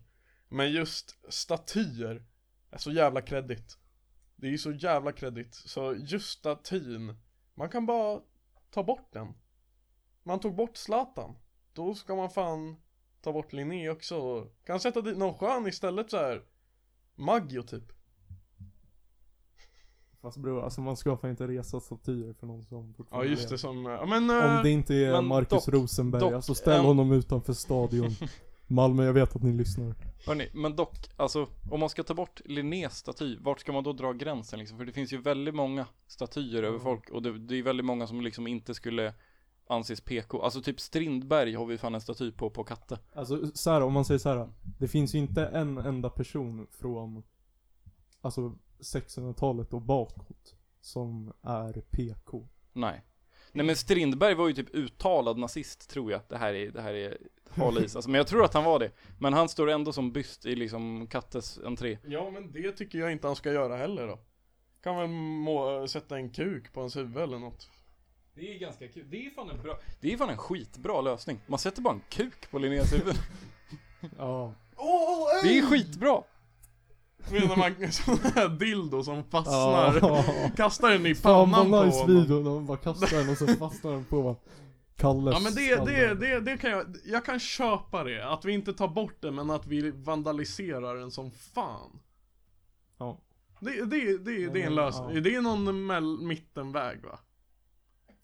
A: Men just statyer Är så jävla kreddigt Det är ju så jävla kreddigt Så just statyn Man kan bara ta bort den Man tog bort Zlatan Då ska man fan Ta bort Linné också Kan sätta dit någon skön istället så här Maggio typ
C: Fast bror, alltså man ska fan inte resa statyer för någon som
A: Ja
C: fortfarande
A: just det
C: lever.
A: som, ja men... eh,
C: Om det inte är
A: men
C: Marcus
A: dock-
C: Rosenberg,
B: dock,
C: alltså ställ
B: ehm.
C: honom
A: [LAUGHS]
C: utanför stadion. Malmö, jag vet att ni lyssnar.
B: Hörrni, men dock, alltså om man ska ta bort Linnés staty, vart ska man då dra gränsen liksom? För det finns ju väldigt många statyer över folk och det, det är väldigt många som liksom inte skulle anses PK. Alltså typ Strindberg har vi fan en staty på, på Katte.
C: Alltså så här, om man säger så här. Det finns ju inte en enda person från alltså 1600-talet och bakåt som är PK.
B: Nej. Nej men Strindberg var ju typ uttalad nazist tror jag. Det här är, det här är hal is. Alltså, men jag tror att han var det. Men han står ändå som byst i liksom Kattes entré.
A: Ja men det tycker jag inte han ska göra heller då. Kan väl må, äh, sätta en kuk på hans huvud eller något.
D: Det är ganska kul. Det är fan en bra...
B: Bra. Det är fan en skitbra lösning. Man sätter bara en kuk på Linnés huvud.
C: Ja.
B: Det är skitbra.
A: Menar man [LAUGHS] sån här dildo som fastnar.
C: [LAUGHS] Ja.
A: Kastar den i
C: Fan
A: pannan på
C: vad nice
A: honom.
C: video när de bara kastar den och så fastnar den på Kalles
A: Ja men det, det,
C: skalle.
A: det, det kan jag, jag kan köpa det. Att vi inte tar bort den men att vi vandaliserar den som fan.
C: Ja.
A: Det, det, det, det är en
C: Ja.
A: lösning. Det är någon mell- mittenväg va?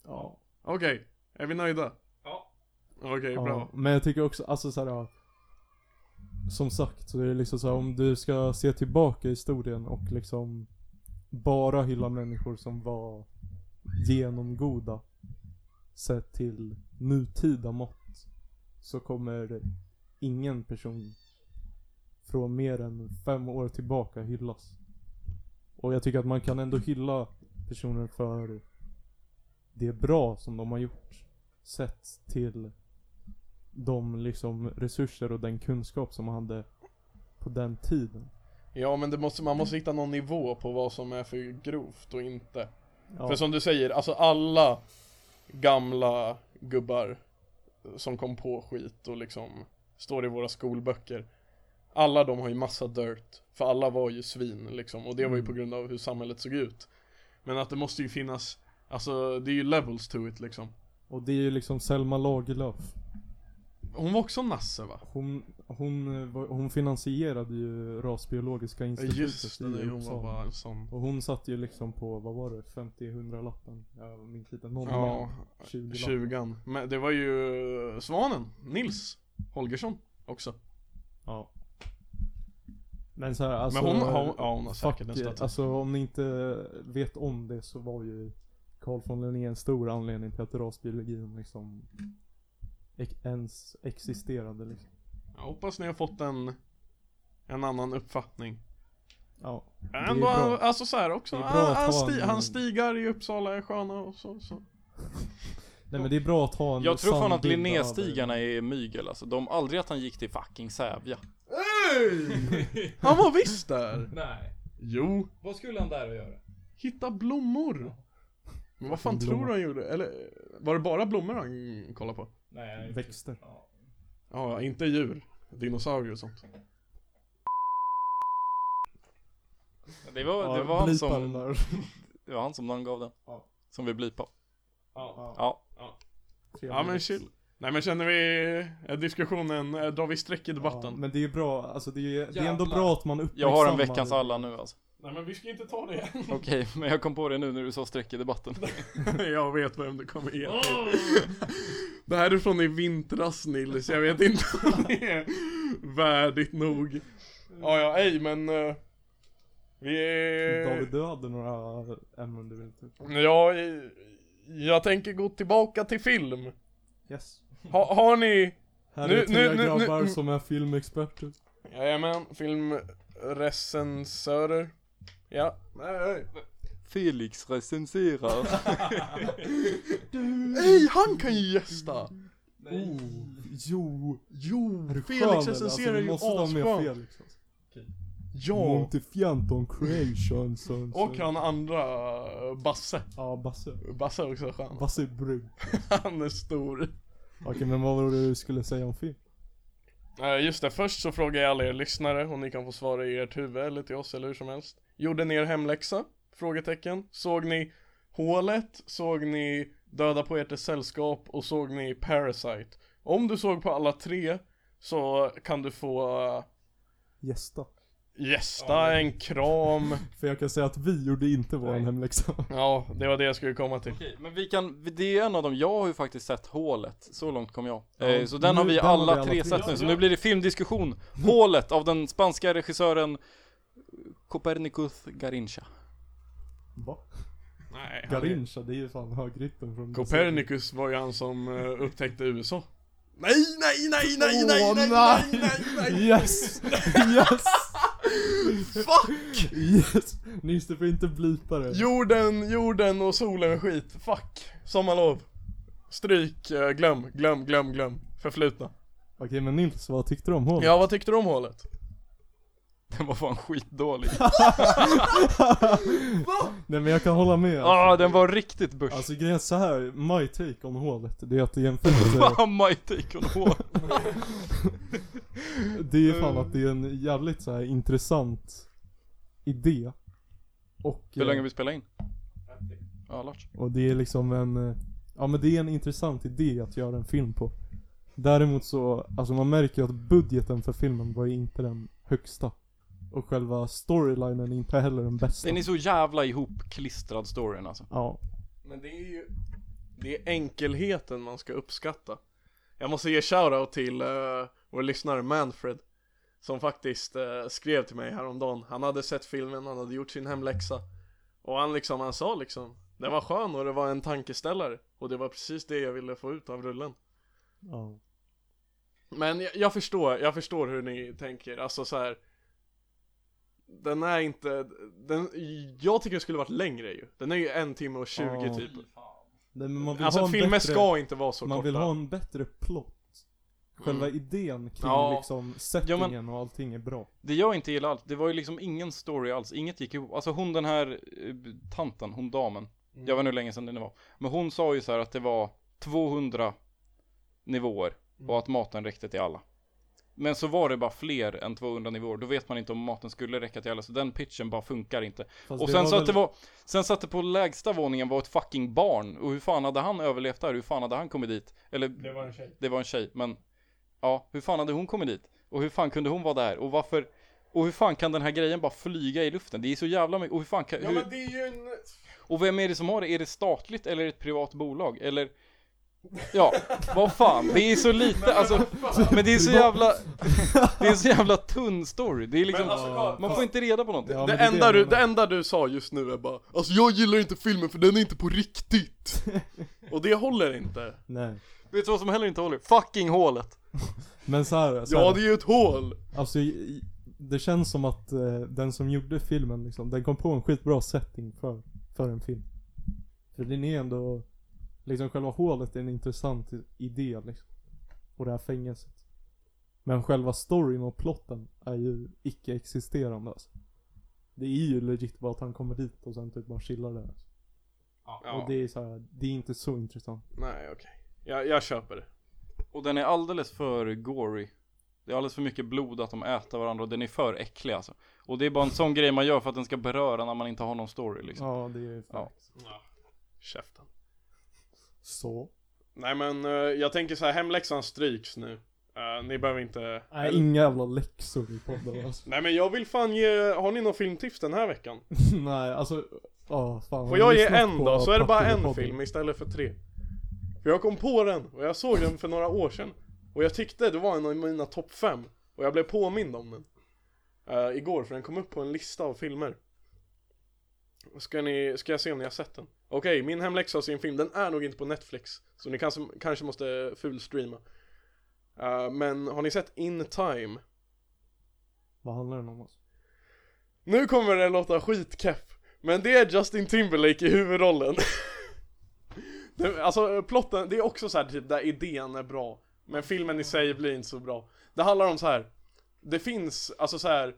C: Ja.
A: Okej, är vi nöjda?
D: Ja.
A: Okej,
C: Ja,
A: bra.
C: men jag tycker också, alltså så här, ja, Som sagt, så är det liksom så här, om du ska se tillbaka i historien och liksom bara hylla människor som var genomgoda sett till nutida mått så kommer ingen person från mer än fem år tillbaka hyllas. Och jag tycker att man kan ändå hylla personer för det bra som de har gjort sett till de liksom resurser och den kunskap som man hade på den tiden.
A: Ja men det måste, man måste hitta någon nivå på vad som är för grovt och inte.
C: Ja.
A: För som du säger, alltså alla gamla gubbar som kom på skit och liksom står i våra skolböcker. Alla de har ju massa dirt, för alla var ju svin liksom och det var ju på grund av hur samhället såg ut. Men att det måste ju finnas, alltså det är ju levels to it liksom.
C: Och det är ju liksom Selma Lagerlöf.
A: Hon var också nasse va?
C: Hon, hon, eh, var- hon finansierade ju Rasbiologiska institutet
A: Just det,
C: i
A: nej, hon var
C: Uppsala.
A: bara en sån.
C: Och hon satt ju liksom på, vad var det, 50-100 lappen? Jag minns inte, någon
A: Ja,
C: 20 lappen.
A: tjugan. Men det var ju Svanen, Nils Holgersson också.
C: Ja. Men så här, alltså.
A: Men hon, hon, ja, hon har säkert en
C: Fuck,
A: staty.
C: alltså om ni inte vet om det så var ju Carl von Linné en stor anledning till att rasbiologin liksom ex- ens existerade liksom.
A: Jag hoppas ni har fått en, en annan uppfattning.
C: Ja.
A: Ändå,
C: det är bra.
A: alltså så här också.
C: Det är bra
A: Han,
C: att
A: han,
C: ha
A: sti,
C: en-
A: han stigar i Uppsala är sköna och så. så.
C: Nej men det är bra att ha en
B: Jag tror fan
C: sann
B: att
C: bild över-
B: Linnéstigarna är mygel alltså. De aldrig att han gick till fucking Sävja.
A: Han var visst där!
D: Nej.
A: Jo.
D: Vad skulle han där och göra?
A: Hitta blommor. Men vad fan
C: Blommor.
A: tror du han gjorde? Eller var det bara blommor han kollade på?
D: Nej, han är inte-
C: Växter.
D: Ja.
A: Ja, inte djur. Dinosaurier och sånt.
B: Det var,
C: Ja,
B: det var han
C: blipa den
B: som,
C: där.
B: det var han som namngav den.
C: Ja.
B: Som vi blipade.
D: Ja.
B: Ja.
A: Ja men chill. Nej men känner vi är diskussionen, är- drar vi streck i
C: Ja,
A: debatten?
C: men det är ju bra, alltså det är, det är ändå
D: Jävlar.
C: bra att man uppmärksammar
B: Jag har en veckans alla nu alltså.
A: Nej men vi ska inte ta det än.
B: Okej, [LAUGHS] men jag kom på det nu när du sa streck i debatten.
A: [LAUGHS] Jag vet vem det kommer ge till. [LAUGHS] Det här är från i vintras Nils, jag vet inte om det är värdigt nog. Ja ja, ej men... eh, Vi
C: David,
A: är...
C: du hade några ämnen du ville ta upp.
A: Ja, eh, jag tänker gå tillbaka till film.
C: Yes.
A: Ha, har ni...
C: Här
A: Nu-
C: är tre
A: nu- nu- nu-
C: grabbar
A: nu-
C: som är filmexperter.
A: Jajamän, filmrecensörer. Ja. Nej, nej.
B: Felix recenserar.
A: Ej, han kan ju gästa!
C: Oh, jo.
A: Jo,
C: Är du skön,
A: Felix
C: eller?
A: recenserar
C: vi
A: ju
C: måste ta med
A: asskönt.
C: Felix, alltså.
A: Ja,
C: Montefianton Creations. så- så-
A: och han andra, eh, Basse.
C: Ja, Basse.
A: Basse är också skön.
C: Basse är brygg.
A: Han är stor.
C: Okej, men vad var det du skulle säga om film?
A: Eh, Just det, först så frågar jag alla er lyssnare och ni kan få svara i ert huvud eller till oss eller hur som helst. Gjorde ni er hemläxa? Frågetecken. Såg ni Hålet? Såg ni Döda Poeters Sällskap? Och såg ni Parasite? Om du såg på alla tre så kan du få eh,
C: Gästa.
A: Gästa, en kram.
C: För jag kan säga att vi gjorde inte vår
B: Nej.
C: hemläxa.
A: Ja, det var det jag skulle komma till.
B: Okej, men vi kan, det är en av dem, jag har ju faktiskt sett hålet, så långt kom jag. eh, så den
C: nu-
B: har vi
C: den har
B: alla
C: vi alla
B: tre
C: tre.
B: sett nu, så nu blir det filmdiskussion. Hålet av den spanska regissören Copernicus Garincha.
C: Va?
A: Nej, han är-
C: Garincha, det är ju fan högrytten från
A: Copernicus var ju han som eh, upptäckte USA. Nej, nej, nej, nej,
C: Åh,
A: nej, nej, nej,
C: nej.
A: nej, nej,
C: Yes! Yes!
A: fuck!
C: Yes! Nils, du får inte blipa det.
A: Jorden, jorden och solen är skit. Fuck. Sommarlov. Stryk, eh, glöm, glöm, glöm, glöm. Förflutna.
C: Okej, men Nils, vad tyckte du om hålet?
A: Ja, vad tyckte du om hålet?
B: Den var fan skitdålig.
C: Nej, men jag kan hålla med.
B: ah, den var riktigt börs.
C: Alltså grejen är så här, my take om hålet, det är att det är
A: [LAUGHS]
C: en fint, eh,
B: [LAUGHS] Fan, my take on hår.
C: det är fan att det är en jävligt så här intressant idé. Och,
B: Hur länge
C: eh,
B: vi spelar in? Ja, Lars.
C: och det är liksom en, eh, ja men det är en intressant idé att göra en film på. Däremot så, alltså man märker ju att budgeten för filmen var ju inte den högsta. Och själva storylinen är inte heller den bästa.
B: Den är så jävla ihopklistrad storyn alltså.
C: Ja,
A: Men det är ju... Det är enkelheten man ska uppskatta. Jag måste ge shoutout till eh, vår lyssnare Manfred. Som faktiskt eh, skrev till mig häromdagen. Han hade sett filmen, han hade gjort sin hemläxa. Och han liksom, han sa liksom. Den var skön och det var en tankeställare. Och det var precis det jag ville få ut av rullen.
C: ja.
A: Men jag, jag förstår, jag förstår hur ni tänker, alltså så här. Den är inte, den, jag tycker det skulle varit längre ju Den är ju en timme och 20
C: Ja.
A: typ
C: Nej, men man vill
A: Alltså
C: ha en
A: filmer
C: bättre,
A: ska inte vara så
C: Man
A: korta
C: vill ha en bättre plott. Själva
A: Mm.
C: idén kring
B: Ja.
C: liksom settingen och allting är bra.
B: Det jag inte gillar alls, det var ju liksom ingen story alls, inget gick ihop. Alltså hon den här eh, tanten, hon damen, jag vet inte hur länge sedan det nu var. Men hon sa ju så här att det var 200 nivåer och att maten räckte till alla. Men så var det bara fler än 200 nivåer, då vet man inte om maten skulle räcka till alla, så den pitchen bara funkar inte.
C: Fast
B: och sen så att
C: väl-
B: Alltså, det var, sen satt det på lägsta våningen var ett fucking barn, och hur fan hade han överlevt där? Hur fan hade han kommit dit? Eller
D: Det var en tjej.
B: det var en tjej, men ja, hur fan hade hon kommit dit? Och hur fan kunde hon vara där? Och varför? Och hur fan kan den här grejen bara flyga i luften? Det är så jävla mycket, och hur fan kan, hur,
A: det är ju en...
B: och vem är det som har det? Är det statligt eller är det ett privat bolag? Eller Ja, vad fan, det är så lite, alltså Men det är så jävla Det är så jävla tunn story, det är liksom
A: alltså, kolla,
B: Man får inte reda på någonting
C: Ja, men
A: det,
C: är
A: enda
C: jag
A: du, det
C: menar.
A: enda du sa just nu är bara Alltså jag gillar inte filmen för den är inte på riktigt Och det håller inte
C: Nej.
B: Vet du vad som heller inte håller? Fucking hålet!
C: Men så här, så här
A: Ja det är ju ett hål!
C: alltså i- i- det känns som att eh, den som gjorde filmen liksom, den kom på en skitbra setting för, för en film. För den är ändå, liksom själva hålet är en intressant i- idé liksom. Och det här fängelset. Men själva storyn och plotten är ju icke-existerande alltså. Det är ju legit bara att han kommer dit och sen typ bara chillar där. Alltså.
A: Ja.
C: Och det är så här, det är inte så intressant.
A: Nej okej, jag, jag köper det
B: Och den är alldeles för gory Det är alldeles för mycket blod att de äter varandra och den är för äcklig alltså Och det är bara en sån grej man gör för att den ska beröra när man inte har någon story liksom
C: Ja, det är ju
B: Ja.
A: Käften
C: Så.
A: Nej men eh, jag tänker så här, hemläxan stryks nu. Eh, ni behöver inte...
C: Nej, inga jävla läxor i
A: [LAUGHS]
C: podden alltså.
A: Nej men jag vill fan ge, har ni någon filmtips den här veckan?
C: Nej, alltså... Ja, fan.
A: Får jag ge
C: lyssnat
A: en
C: på
A: då? Så är det bara en
C: Partille-podden.
A: film istället för tre. För jag kom på den och jag såg den för några år sedan. Och jag tyckte det var en av mina topp fem. Och jag blev påmind om den. eh, igår för den kom upp på en lista av filmer. Ska, ni, ska jag se om ni har sett den? Okej, min hemläxa och sin film, den är nog inte på Netflix. Så ni kanske, kanske måste fulstreama. Eh, men har ni sett In Time?
C: Vad handlar den om alltså?
A: Nu kommer den låta skitkepp Men det är Justin Timberlake i huvudrollen [LAUGHS] Det- Alltså plotten, det är också så här typ där idén är bra Men filmen i sig blir inte så bra Det handlar om så här. Det finns, alltså så här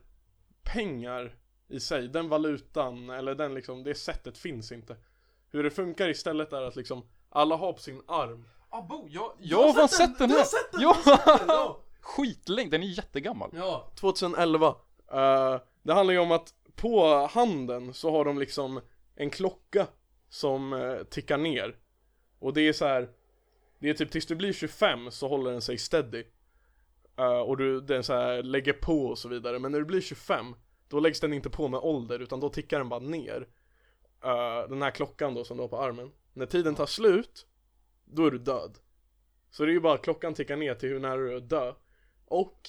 A: Pengar i sig, den valutan eller den liksom, det sättet finns inte Hur det funkar istället är att liksom Alla har på sin arm
B: Ah, Bo, jag, jag har fan sett den här! Ja!
A: ja.
B: [LAUGHS] Skitlänge, den är jättegammal.
A: Ja, 2011. Eh, det handlar ju om att på handen så har de liksom en klocka som eh, tickar ner. Och det är så här. Det är typ tills du blir 25 så håller den sig steady. Eh, och du, den så här lägger på och så vidare. Men när du blir 25 Då läggs den inte på med ålder utan då tickar den bara ner. Eh, den här klockan då som du har på armen. När tiden tar slut, då är du död. Så det är ju bara att klockan tickar ner till hur nära du är att dö. Och,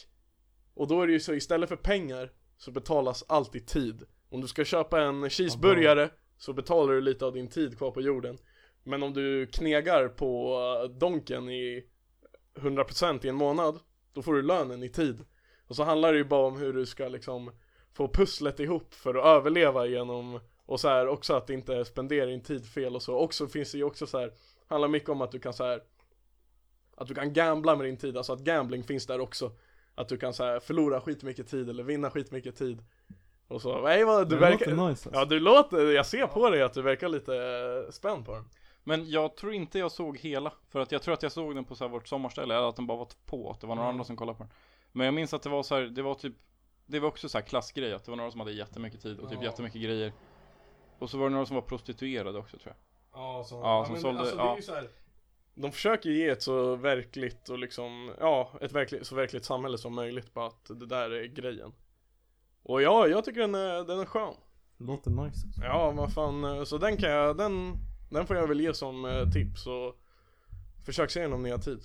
A: och då är det ju så istället för pengar så betalas alltid tid. Om du ska köpa en cheeseburgare så betalar du lite av din tid kvar på jorden. Men om du knegar på eh, donken i 100% i en månad, då får du lönen i tid. Och så handlar det ju bara om hur du ska liksom få pusslet ihop för att överleva genom och så här också att inte spendera din tid fel och så. Också finns det ju också så här, handlar mycket om att du kan så här att du kan gambla med din tid, alltså att gambling finns där också. Att du kan så här förlora skitmycket tid eller vinna skitmycket tid. Och så, nej vad du
C: Det
A: verkar...
C: låter nice
A: Ja
C: alltså.
A: du låter, jag ser på dig att du verkar lite eh, spänd på den.
B: Men jag tror inte jag såg hela. För att jag tror att jag såg den på så här vårt sommarställe. Eller att den bara var på. Att det var några andra som kollade på den. Men jag minns att det var så här. Det var typ. Det var också så här klassgrej. Att det var några som hade jättemycket tid och typ
D: Ja.
B: jättemycket grejer. Och så var det några som var prostituerade också tror jag.
D: Ja, så.
B: Ja, som sålde.
A: alltså, det är
B: ja.
A: ju så här, de försöker ju ge ett så verkligt och liksom, ja, ett verkligt, så verkligt samhälle som möjligt på att det där är grejen. Och ja, jag tycker den är, den är skön.
C: Det låter nice alltså.
A: Ja, vad fan, eh, så den kan jag, den, den får jag väl ge som eh, tips och försök se den om ni har tid.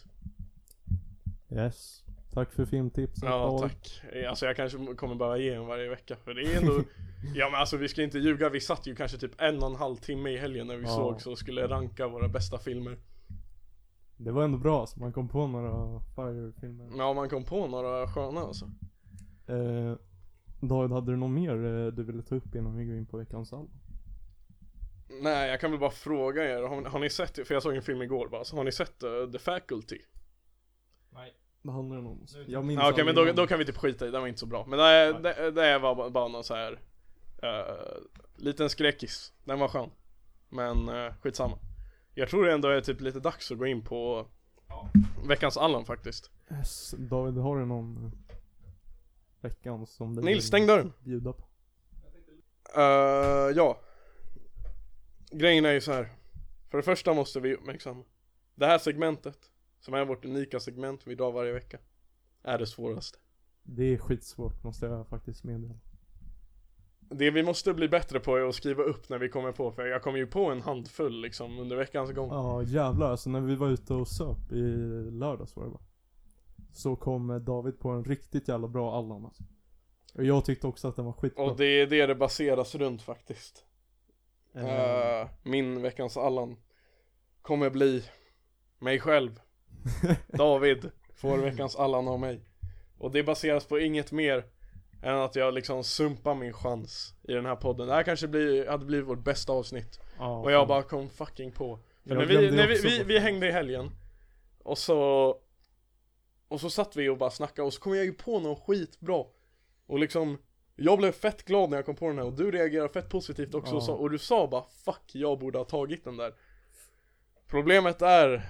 C: Yes. Tack för filmtipsen
A: Ja,
C: Paul.
A: tack. Eh, Alltså jag kanske kommer behöva ge en varje vecka för det är ändå, ja men alltså vi ska inte ljuga, vi satt ju kanske typ en och en halv timme i helgen när vi
C: Ja.
A: såg så skulle ranka våra bästa filmer.
C: Det var ändå bra alltså. Man kom på några Fire-filmer.
A: Ja, man kom på några sköna alltså.
C: Eh, David, hade du något mer eh, du ville ta upp innan vi går in på veckans album?
A: Nej, jag kan väl bara fråga er, har, har ni sett, för jag såg en film igår bara, så har ni sett eh, The Faculty?
D: Nej.
C: Vad handlar den om?
D: Nu-
C: Jag minns
A: Ja, Okej, men då,
C: aldrig
A: då
C: namn.
A: kan vi typ skita i, den var inte så bra. Men det, det, det var bara, bara någon så här eh, liten skräckis, den var skön. Men uh, skitsamma. Jag tror det ändå är typ lite dags att gå in på veckans Allan faktiskt.
C: Yes. David, har du någon eh, veckans som du
A: Nils,
C: vill
A: stäng dörren!
C: bjuda på?
A: Eh, ja. Grejen är ju så här. För det första måste vi uppmärksamma. Det här segmentet, som är vårt unika segment vi drar varje vecka, är det svåraste.
C: Det är skitsvårt måste jag faktiskt meddela.
A: Det vi måste bli bättre på är att skriva upp när vi kommer på, för jag kommer ju på en handfull liksom under veckans gång.
C: Ja jävlar alltså när vi var ute och söp i lördags var det va? Så kom eh, David på en riktigt jävla bra Allan alltså. Och jag tyckte också att den var skitbra.
A: Och det är det det baseras runt faktiskt.
C: Eh,
A: Eh, min veckans Allan kommer bli mig själv. David får veckans Allan av mig. Och det baseras på inget mer än att jag liksom sumpar min chans i den här podden. Det här kanske blir, hade blivit vårt bästa avsnitt.
C: ja,
A: Och jag
C: fan.
A: bara kom fucking på. För
C: Jag
A: när vi,
C: glömde
A: när vi,
C: också
A: vi,
C: bort
A: vi
C: det.
A: hängde i helgen och så och så satt vi och bara snackade och så kom jag ju på någon skitbra och liksom jag blev fett glad när jag kom på den här och du reagerade fett positivt också och,
C: Ja.
A: sa, och du sa bara 'fuck, jag borde ha tagit den där' Problemet är,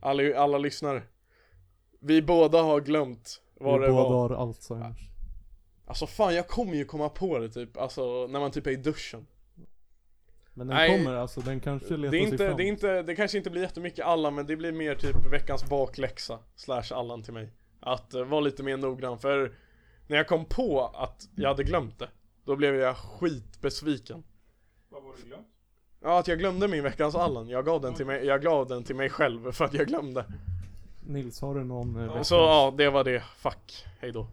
A: alla, alla lyssnare, vi båda har glömt vad
C: Vi
A: det
C: båda
A: var
C: har Alzheimers.
A: Alltså fan jag kommer ju komma på det typ, alltså när man typ är i duschen
C: Men den
A: Nej.
C: kommer alltså, den kanske letar
A: Det, är
C: sig
A: inte,
C: fram.
A: det, är inte, det kanske inte blir jättemycket Allan men det blir mer typ veckans bakläxa slash Allan till mig. Att eh, vara lite mer noggrann för när jag kom på att jag hade glömt det, då blev jag skitbesviken.
D: Vad var det du glömt?
A: Ja, att jag glömde min veckans Allan. Jag gav den till mig, jag gav den till mig själv för att jag glömde.
C: Nils, har du någon eh, veckans?
A: Så ja, det var det. Fuck. Hejdå.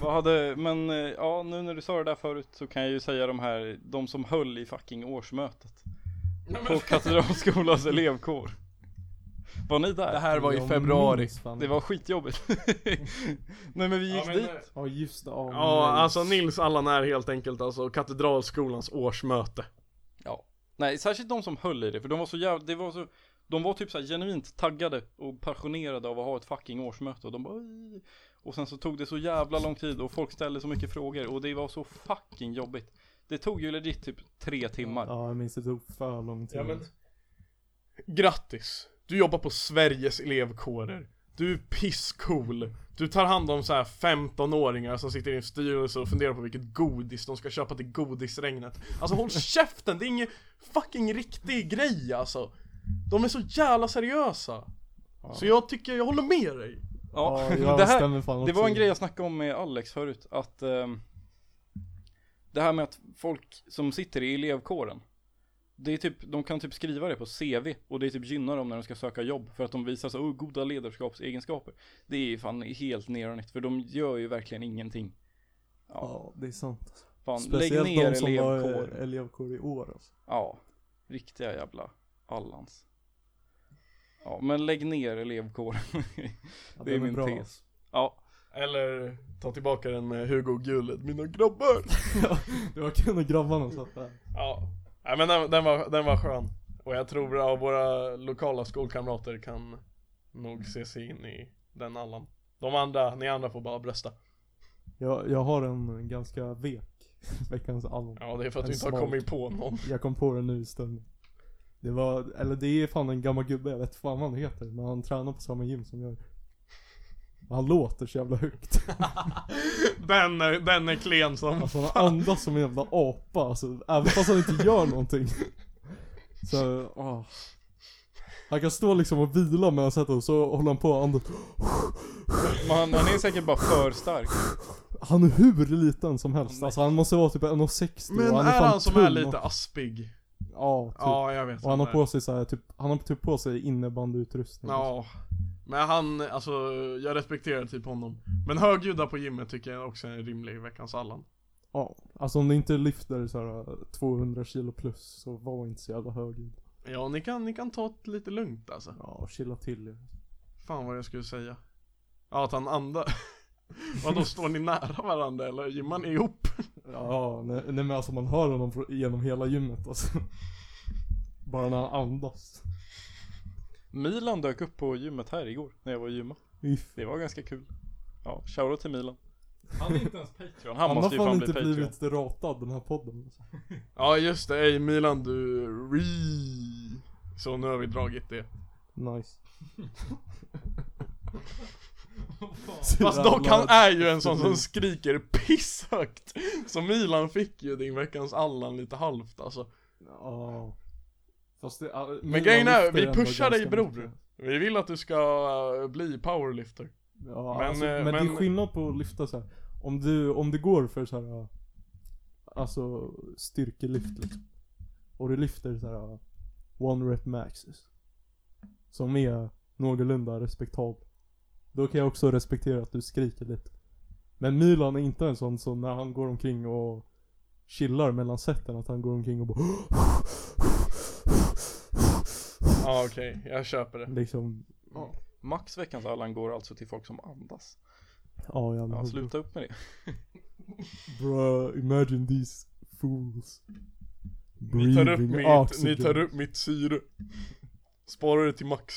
B: Vad hade, men eh, ja nu när du sa det där förut så kan jag ju säga de här, de som höll i fucking årsmötet. På Katedralskolans elevkår. Var ni där? Det,
A: här
C: Jag minns fan
B: var skitjobbigt. [LAUGHS] Nej men vi gick dit.
A: eh,
C: Ja just det, ja,
A: Ja,
C: nice.
A: alltså Nils Allan är helt enkelt alltså Katedralskolans årsmöte.
B: Ja. Nej, särskilt de som höll i det, för de var så jävla, det var så, de var typ så här genuint taggade och passionerade av att ha ett fucking årsmöte och de bara "Oj." Och sen så tog det så jävla lång tid och folk ställde så mycket frågor och det var så fucking jobbigt. Det tog ju legit typ tre timmar.
C: Ja jag minns det tog för lång tid.
A: Grattis! Du jobbar på Sveriges elevkårer. Du är pisscool. Du tar hand om så här 15-åringar som sitter i en styrelse och funderar på vilket godis de ska köpa till godisregnet. Alltså [LAUGHS] håll käften, det är ingen fucking riktig grej alltså. De är så jävla seriösa. Så jag tycker, jag håller med dig.
B: Ja, [LAUGHS]
C: jag
B: det här,
C: stämmer fan
B: det
C: också
B: var en
C: in.
B: grej jag snackade om med Alex förut, att ehm, det här med att folk som sitter i elevkåren, det är typ, de kan typ skriva det på CV och det är typ gynnar dem när de ska söka jobb för att de visar så oh, goda ledarskapsegenskaper. Det är ju fan helt neronytt för de gör ju verkligen ingenting. Ja,
C: Ja, det är sant.
B: fan,
C: Speciellt
B: lägg ner
C: de som
B: elevkår.
C: var eh, elevkår i år alltså.
B: Ja, riktiga jävla allans. Ja, men lägg ner elevkåren.
C: Ja,
B: Det
C: den
B: är min tes.
C: alltså.
B: ja,
A: Eller ta tillbaka den med Hugo och Gulet, mina grabbar!
C: Det var kul när grabbarna satt där.
A: Ja, Nej, men den, den, var, den var skön. Och jag tror att våra lokala skolkamrater kan nog se sig in i den allan. De andra, ni andra får bara brösta.
C: Jag, jag har en ganska vek veckans album.
A: Ja, det är för att
C: En
A: du inte har
C: smart.
A: kommit på [LAUGHS] någon.
C: Jag kom på den nu i stunden. Det var, eller det är fan en gammal gubbe, jag vet fan vad han heter. Men han tränar på samma gym som jag. Och Han låter så jävla högt.
A: Den är, den är klen som...
C: Alltså han andas som en jävla apa alltså, även fast han inte gör någonting. Så, åh. Han kan stå liksom och vila med sätt och så håller han på och andas.
B: men han, han är säkert bara för stark.
C: Han är hur liten som helst, alltså han måste vara typ 1,60
A: Men
C: och
A: är
C: han är fan
A: han som är
C: tunn
A: lite
C: och,
A: aspig?
C: Ja, typ.
A: Ja, jag vet.
C: Och han har
A: vem det är.
C: på sig så här, typ, han har typ på sig innebandyutrustning.
A: Ja, men han, alltså jag respekterar typ honom. Men högljudda på gymmet tycker jag också är en rimlig veckans Allan.
C: Ja, alltså om du inte lyfter så här 200 kilo plus så var inte så jävla hög.
A: Ja, ni kan, ni kan ta det lite lugnt alltså.
C: Ja, och chilla till er.
A: Fan vad jag skulle säga. Ja, att han andar. [LAUGHS] Vadå, står ni nära varandra eller gymmar ni ihop?
C: Ja, nej, nej men alltså man hör honom fr- genom hela gymmet alltså. [LAUGHS] Bara när han andas.
B: Milan dök upp på gymmet här igår när jag var i gymma.
C: Uff.
B: Det var ganska kul. Ja, shoutout till Milan.
D: Han är inte ens
B: Han,
D: Patreon.
C: Han har
B: måste ju
C: fan
B: fan
C: inte
B: bli Patreon.
C: blivit ratad den här podden. Alltså.
A: Ja, just det. Ey, Milan du re... Så nu har vi dragit det.
C: [LAUGHS] Nice.
A: Fast dock, han är ju en sån som skriker pisshögt. Så Milan fick ju din veckans Allan lite halvt alltså.
C: Ja. Fast det, ja,
A: Men grejen är, vi pushar dig bror. Vi vill att du ska eh, bli powerlifter.
C: Ja,
A: Men,
C: men, alltså,
A: eh,
C: men, det
A: men-
C: är skillnad på att lyfta så här. Om du, om du går för så här. Alltså styrkelyft liksom. Och du lyfter så här. One rep maxes. Som är någorlunda respektabel. Då kan jag också respektera att du skriker lite. Men Milan är inte en sån som när han går omkring och chillar mellan seten att han går omkring och bara
A: Ja ah, okej, jag köper det.
C: liksom
B: Max veckans Allan går alltså till folk som andas.
C: Ja, jag
B: Ja, sluta upp med det.
C: Bruh, imagine these fools.
A: Ni tar upp
C: breathing
A: mitt,
C: oxygen.
A: ni tar upp mitt syre. Sparar det till max.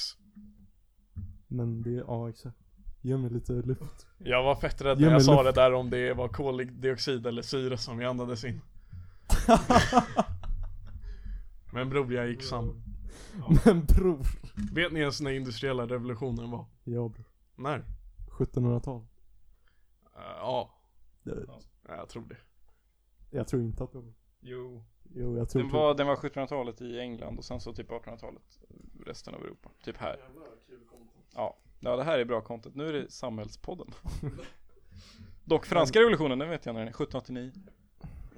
C: Men det, ja exakt. Ge mig lite luft. [LAUGHS]
A: Jag var fett rädd
C: Ge
A: när jag
C: mig
A: sa det
C: luft.
A: där om det var koldioxid eller syre som jag andades
C: [LAUGHS]
A: in. Men bror, jag gick sam.
C: Men bror.
A: Vet ni ens när industriella revolutionen var?
C: Ja bror.
A: När?
C: 1700-tal.
A: Eh, ja,
C: Det-
A: jag tror det.
C: Jag tror inte att det var.
D: Jo.
C: Jo jag tror
B: Den var, den var 1700-talet i England och sen så typ 1800-talet resten av Europa. Typ här. Ja, ja det här är bra content. Nu är det samhällspodden. Dock franska revolutionen, den vet jag när den är. 1789.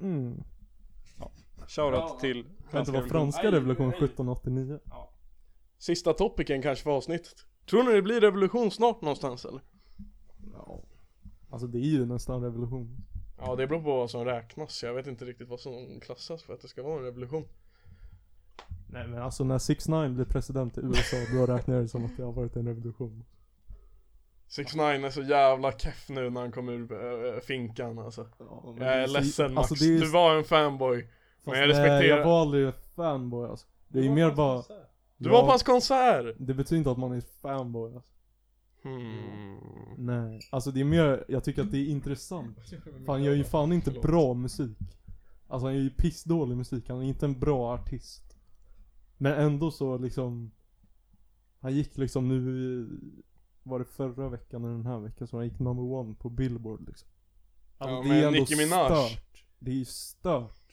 C: Mm.
B: Shoutout till
C: Vänta,
B: franska
C: var
B: revolutionen.
C: franska revolutionen 1789?
A: Sista topicen kanske för avsnittet. Tror ni det blir revolution snart någonstans eller?
C: Ja. Alltså det är ju nästan revolution.
A: Ja det beror på vad som räknas, jag vet inte riktigt vad som klassas för att det ska vara en revolution
C: Nej men alltså när 6 9 blev president i USA då räknar jag det som att det har varit en revolution.
A: 6 9 är så jävla keff nu när han kom ur äh, finkan alltså
C: Ja, men
A: Jag är
C: så-
A: ledsen Max,
C: alltså, det är-
A: du var en fanboy
C: Fast
A: Men jag
C: nej,
A: respekterar-
C: Jag var aldrig fanboy alltså. Det är ju mer bara...
A: Du
C: Ja,
A: var på hans konsert!
C: Det betyder inte att man är fanboy alltså.
A: Hmm.
C: Nej. Alltså det är mer, jag tycker att det är intressant. För han gör ju fan inte bra musik. Alltså han gör ju pissdålig musik, han är inte en bra artist. Men ändå så liksom... Han gick liksom nu i... Var det förra veckan eller den här veckan som han gick number one på Billboard liksom. Alltså
A: Ja,
C: det
A: men
C: är ändå
A: Nicki Minaj.
C: stört. Det är ju stört.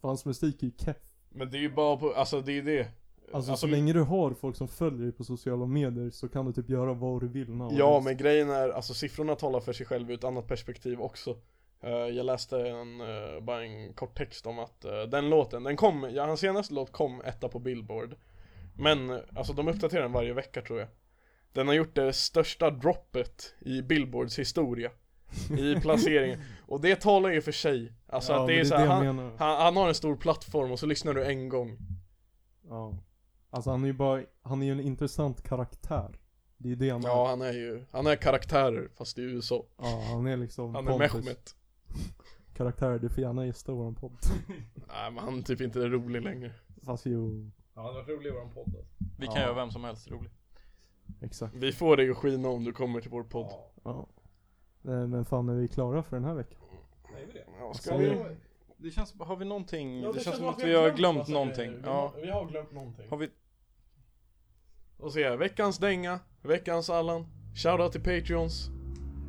C: För hans musik är ju keff.
A: Men det är ju bara på, alltså det är det
C: Alltså,
A: Alltså,
C: så länge du har folk som följer dig på sociala medier så kan du typ göra vad du vill när du
A: Ja
C: helst.
A: men grejen är, alltså siffrorna talar för sig själv ur ett annat perspektiv också Eh, jag läste en, eh, bara en kort text om att eh, den låten, den kom, ja hans senaste låt kom etta på Billboard Men eh, alltså de uppdaterar den varje vecka tror jag Den har gjort det största droppet i Billboards historia
C: [LAUGHS]
A: I placeringen, och det talar ju för sig Alltså
C: Ja,
A: att det
C: men
A: är, så
C: det
A: här,
C: jag
A: han,
C: menar.
A: han, han har en stor plattform och så lyssnar du en gång
C: Ja. Alltså han är ju bara, han är ju en intressant karaktär. Det är ju det han
A: Ja
C: är.
A: han är ju, han är karaktärer fast i USA
C: Ja, han är liksom
A: Han är
C: Pontus.
A: Mehmet
C: Karaktär, du får gärna gästa
A: [LAUGHS]
C: våran podd.
A: Nej men han är typ inte är rolig längre
C: Fast jo,
D: Ja, det hade varit roligt i våran podd. alltså.
B: Vi kan
C: Ja.
B: göra vem som helst rolig.
C: exakt.
A: Vi får dig att skina om du kommer till vår podd
D: Ja.
C: Ja. Nej, Men fan är vi klara för den här veckan?
D: Nej, vi det.
A: ja, ska
C: Alltså,
A: vi...
B: Det känns, har vi någonting? det, känns som att vi har glömt någonting. Ja.
A: Vi har glömt någonting.
B: Har vi,
A: Och så är veckans dänga, veckans Allan, shoutout till Patreons,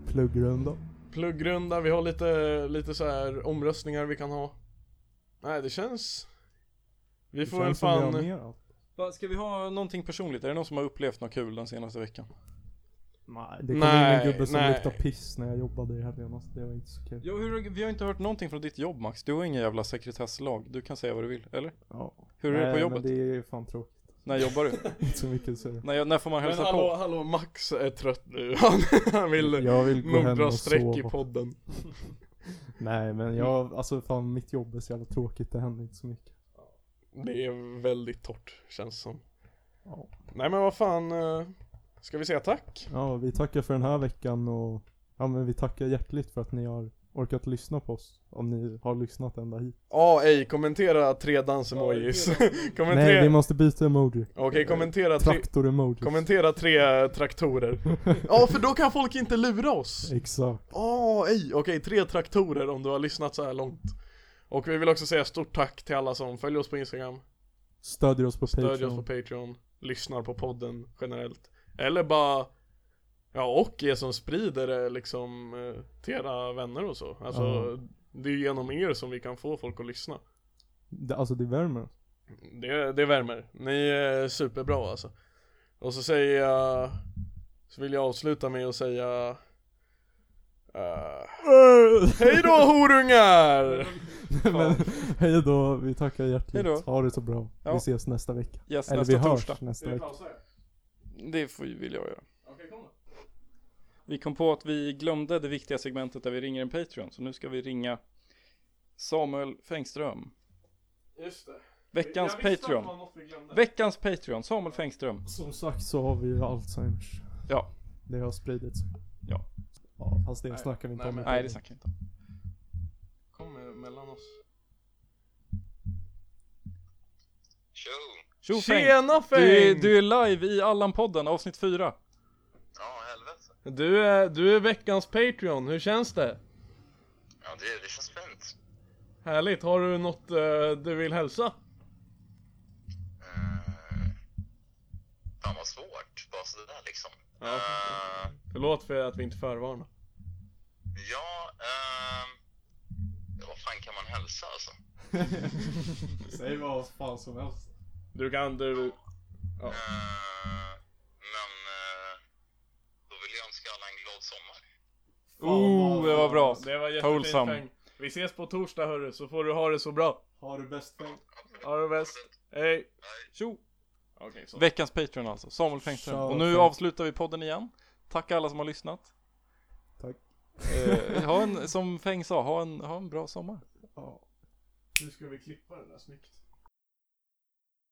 C: Pluggrunda.
A: pluggrunda, vi har lite, lite så här omröstningar vi kan ha. Nej det känns... Vi får väl
C: Känns som vi har
A: fan...
C: mer allt.
B: va, ska vi ha någonting personligt? Är det någon som har upplevt något kul den senaste veckan?
C: Nej, det kom
A: Nej,
C: in en gubbe som
A: nej.
C: luktade piss när jag jobbade i helgen. Alltså, det var inte så kul.
B: Ja, hur, vi har inte hört någonting från ditt jobb Max. Du har ingen jävla sekretesslag. Du kan säga vad du vill, eller?
C: Ja.
B: Hur är
C: Nej,
B: det på
C: men
B: jobbet?
C: det är fan tråkigt. [LAUGHS]
B: När jobbar du?
C: Inte så mycket så.
B: när, när får man
A: Men
B: hälsa
A: hallå,
B: på?
A: hallå, Max är trött nu. [LAUGHS] Han, han vill
C: Jag vill gå
A: nog
C: hem
A: dra
C: och
A: streck i
C: sova.
A: podden.
C: Nej men jag, alltså fan mitt jobb är så jävla tråkigt. Det händer inte så mycket.
A: Det är väldigt torrt, känns som.
C: Ja.
A: Nej men vad fan, eh, ska vi säga tack?
C: Ja, vi tackar för den här veckan och ja, men vi tackar hjärtligt för att ni har orkat lyssna på oss. Om ni har lyssnat ända hit.
A: Ja, ej, kommentera tre dans-emojis. [LAUGHS]
C: Nej, vi
A: kommentera...
C: måste byta emoji.
A: Okej, kommentera tre...
C: Traktor-emoji.
A: Kommentera tre traktorer. Ja, för då kan folk inte lura oss.
C: [LAUGHS] Exakt.
A: Åh, ej. Okej, tre traktorer om du har lyssnat så här långt. Och vi vill också säga stort tack till alla som följer oss på Instagram,
C: Stödjer oss på
A: stödjer oss
C: Patreon.
A: på Patreon, lyssnar på podden generellt. Eller bara, ja, och er som sprider det liksom eh, till era vänner och så. Alltså,
C: Ja.
A: det är ju genom er som vi kan få folk att lyssna.
C: Det, alltså det värmer oss.
A: Det, det värmer. Ni är superbra alltså. Och så säger jag, så vill jag avsluta med att säga eh, Hej
C: [LAUGHS]
A: då horungar!
C: men hej då, vi tackar hjärtligt.
B: Hej då.
C: Ha det så bra.
B: Ja.
C: Vi ses nästa vecka.
B: Yes,
C: Eller vi
B: nästa
C: hörs
B: torsdag.
C: nästa vecka.
B: Det får, ju- vill jag göra.
A: Okej, kom då.
B: Vi kom på att vi glömde det viktiga segmentet där vi ringer en Patreon. Så nu ska vi ringa Samuel Fängström.
A: Just det.
B: Veckans
A: Jag visste att det
B: Patreon.
A: var något vi glömde.
B: Veckans Patreon, Samuel Fängström.
C: Som sagt så har vi ju Alzheimers.
B: Ja.
C: Det har spridits.
B: Ja.
C: Ja, fast det snackar vi inte
A: nej,
C: om.
A: men-
B: Nej, det snackar jag inte om.
A: Kom eh, mellan oss.
F: Tjo!
B: Tjo Fäng!
A: Tjena Fäng!
B: Du är, du är live i Allan-podden, avsnitt 4.
F: Ja, helvete.
A: Du är, du är veckans Patreon, hur känns det?
F: Ja, det, det känns spänt.
A: Härligt, har du något eh, du vill hälsa?
F: Uh, fan vad svårt, bara sådär liksom.
A: Ja.
F: Eh,
A: Förlåt för att vi inte förvarnar.
F: ja, ehm, ja, vad fan kan man hälsa alltså?
C: Säg vad fan som helst.
A: Du kan, du... Ja.
F: Eh, men eh, då vill jag önska alla en glad sommar.
B: Oh, det var bra.
A: Det var jättefint
B: Wholesome.
A: Feng. Vi ses på torsdag hörru, så får du ha det så bra.
C: Har du bäst poäng?
A: Ha det bäst. Hej.
B: Tjo!
A: Okej, så.
B: Veckans Patreon alltså, Samuel Fängström.
C: Shoutout
B: Och nu
C: Fäng.
B: avslutar vi podden igen. Tack alla som har lyssnat.
C: Tack.
B: Eh, ha en, som Fäng sa, ha en, ha en bra sommar.
C: Ja.
A: Nu ska vi klippa det där snyggt.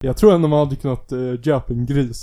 C: Jag tror ändå man hade kunnat uh, en gris.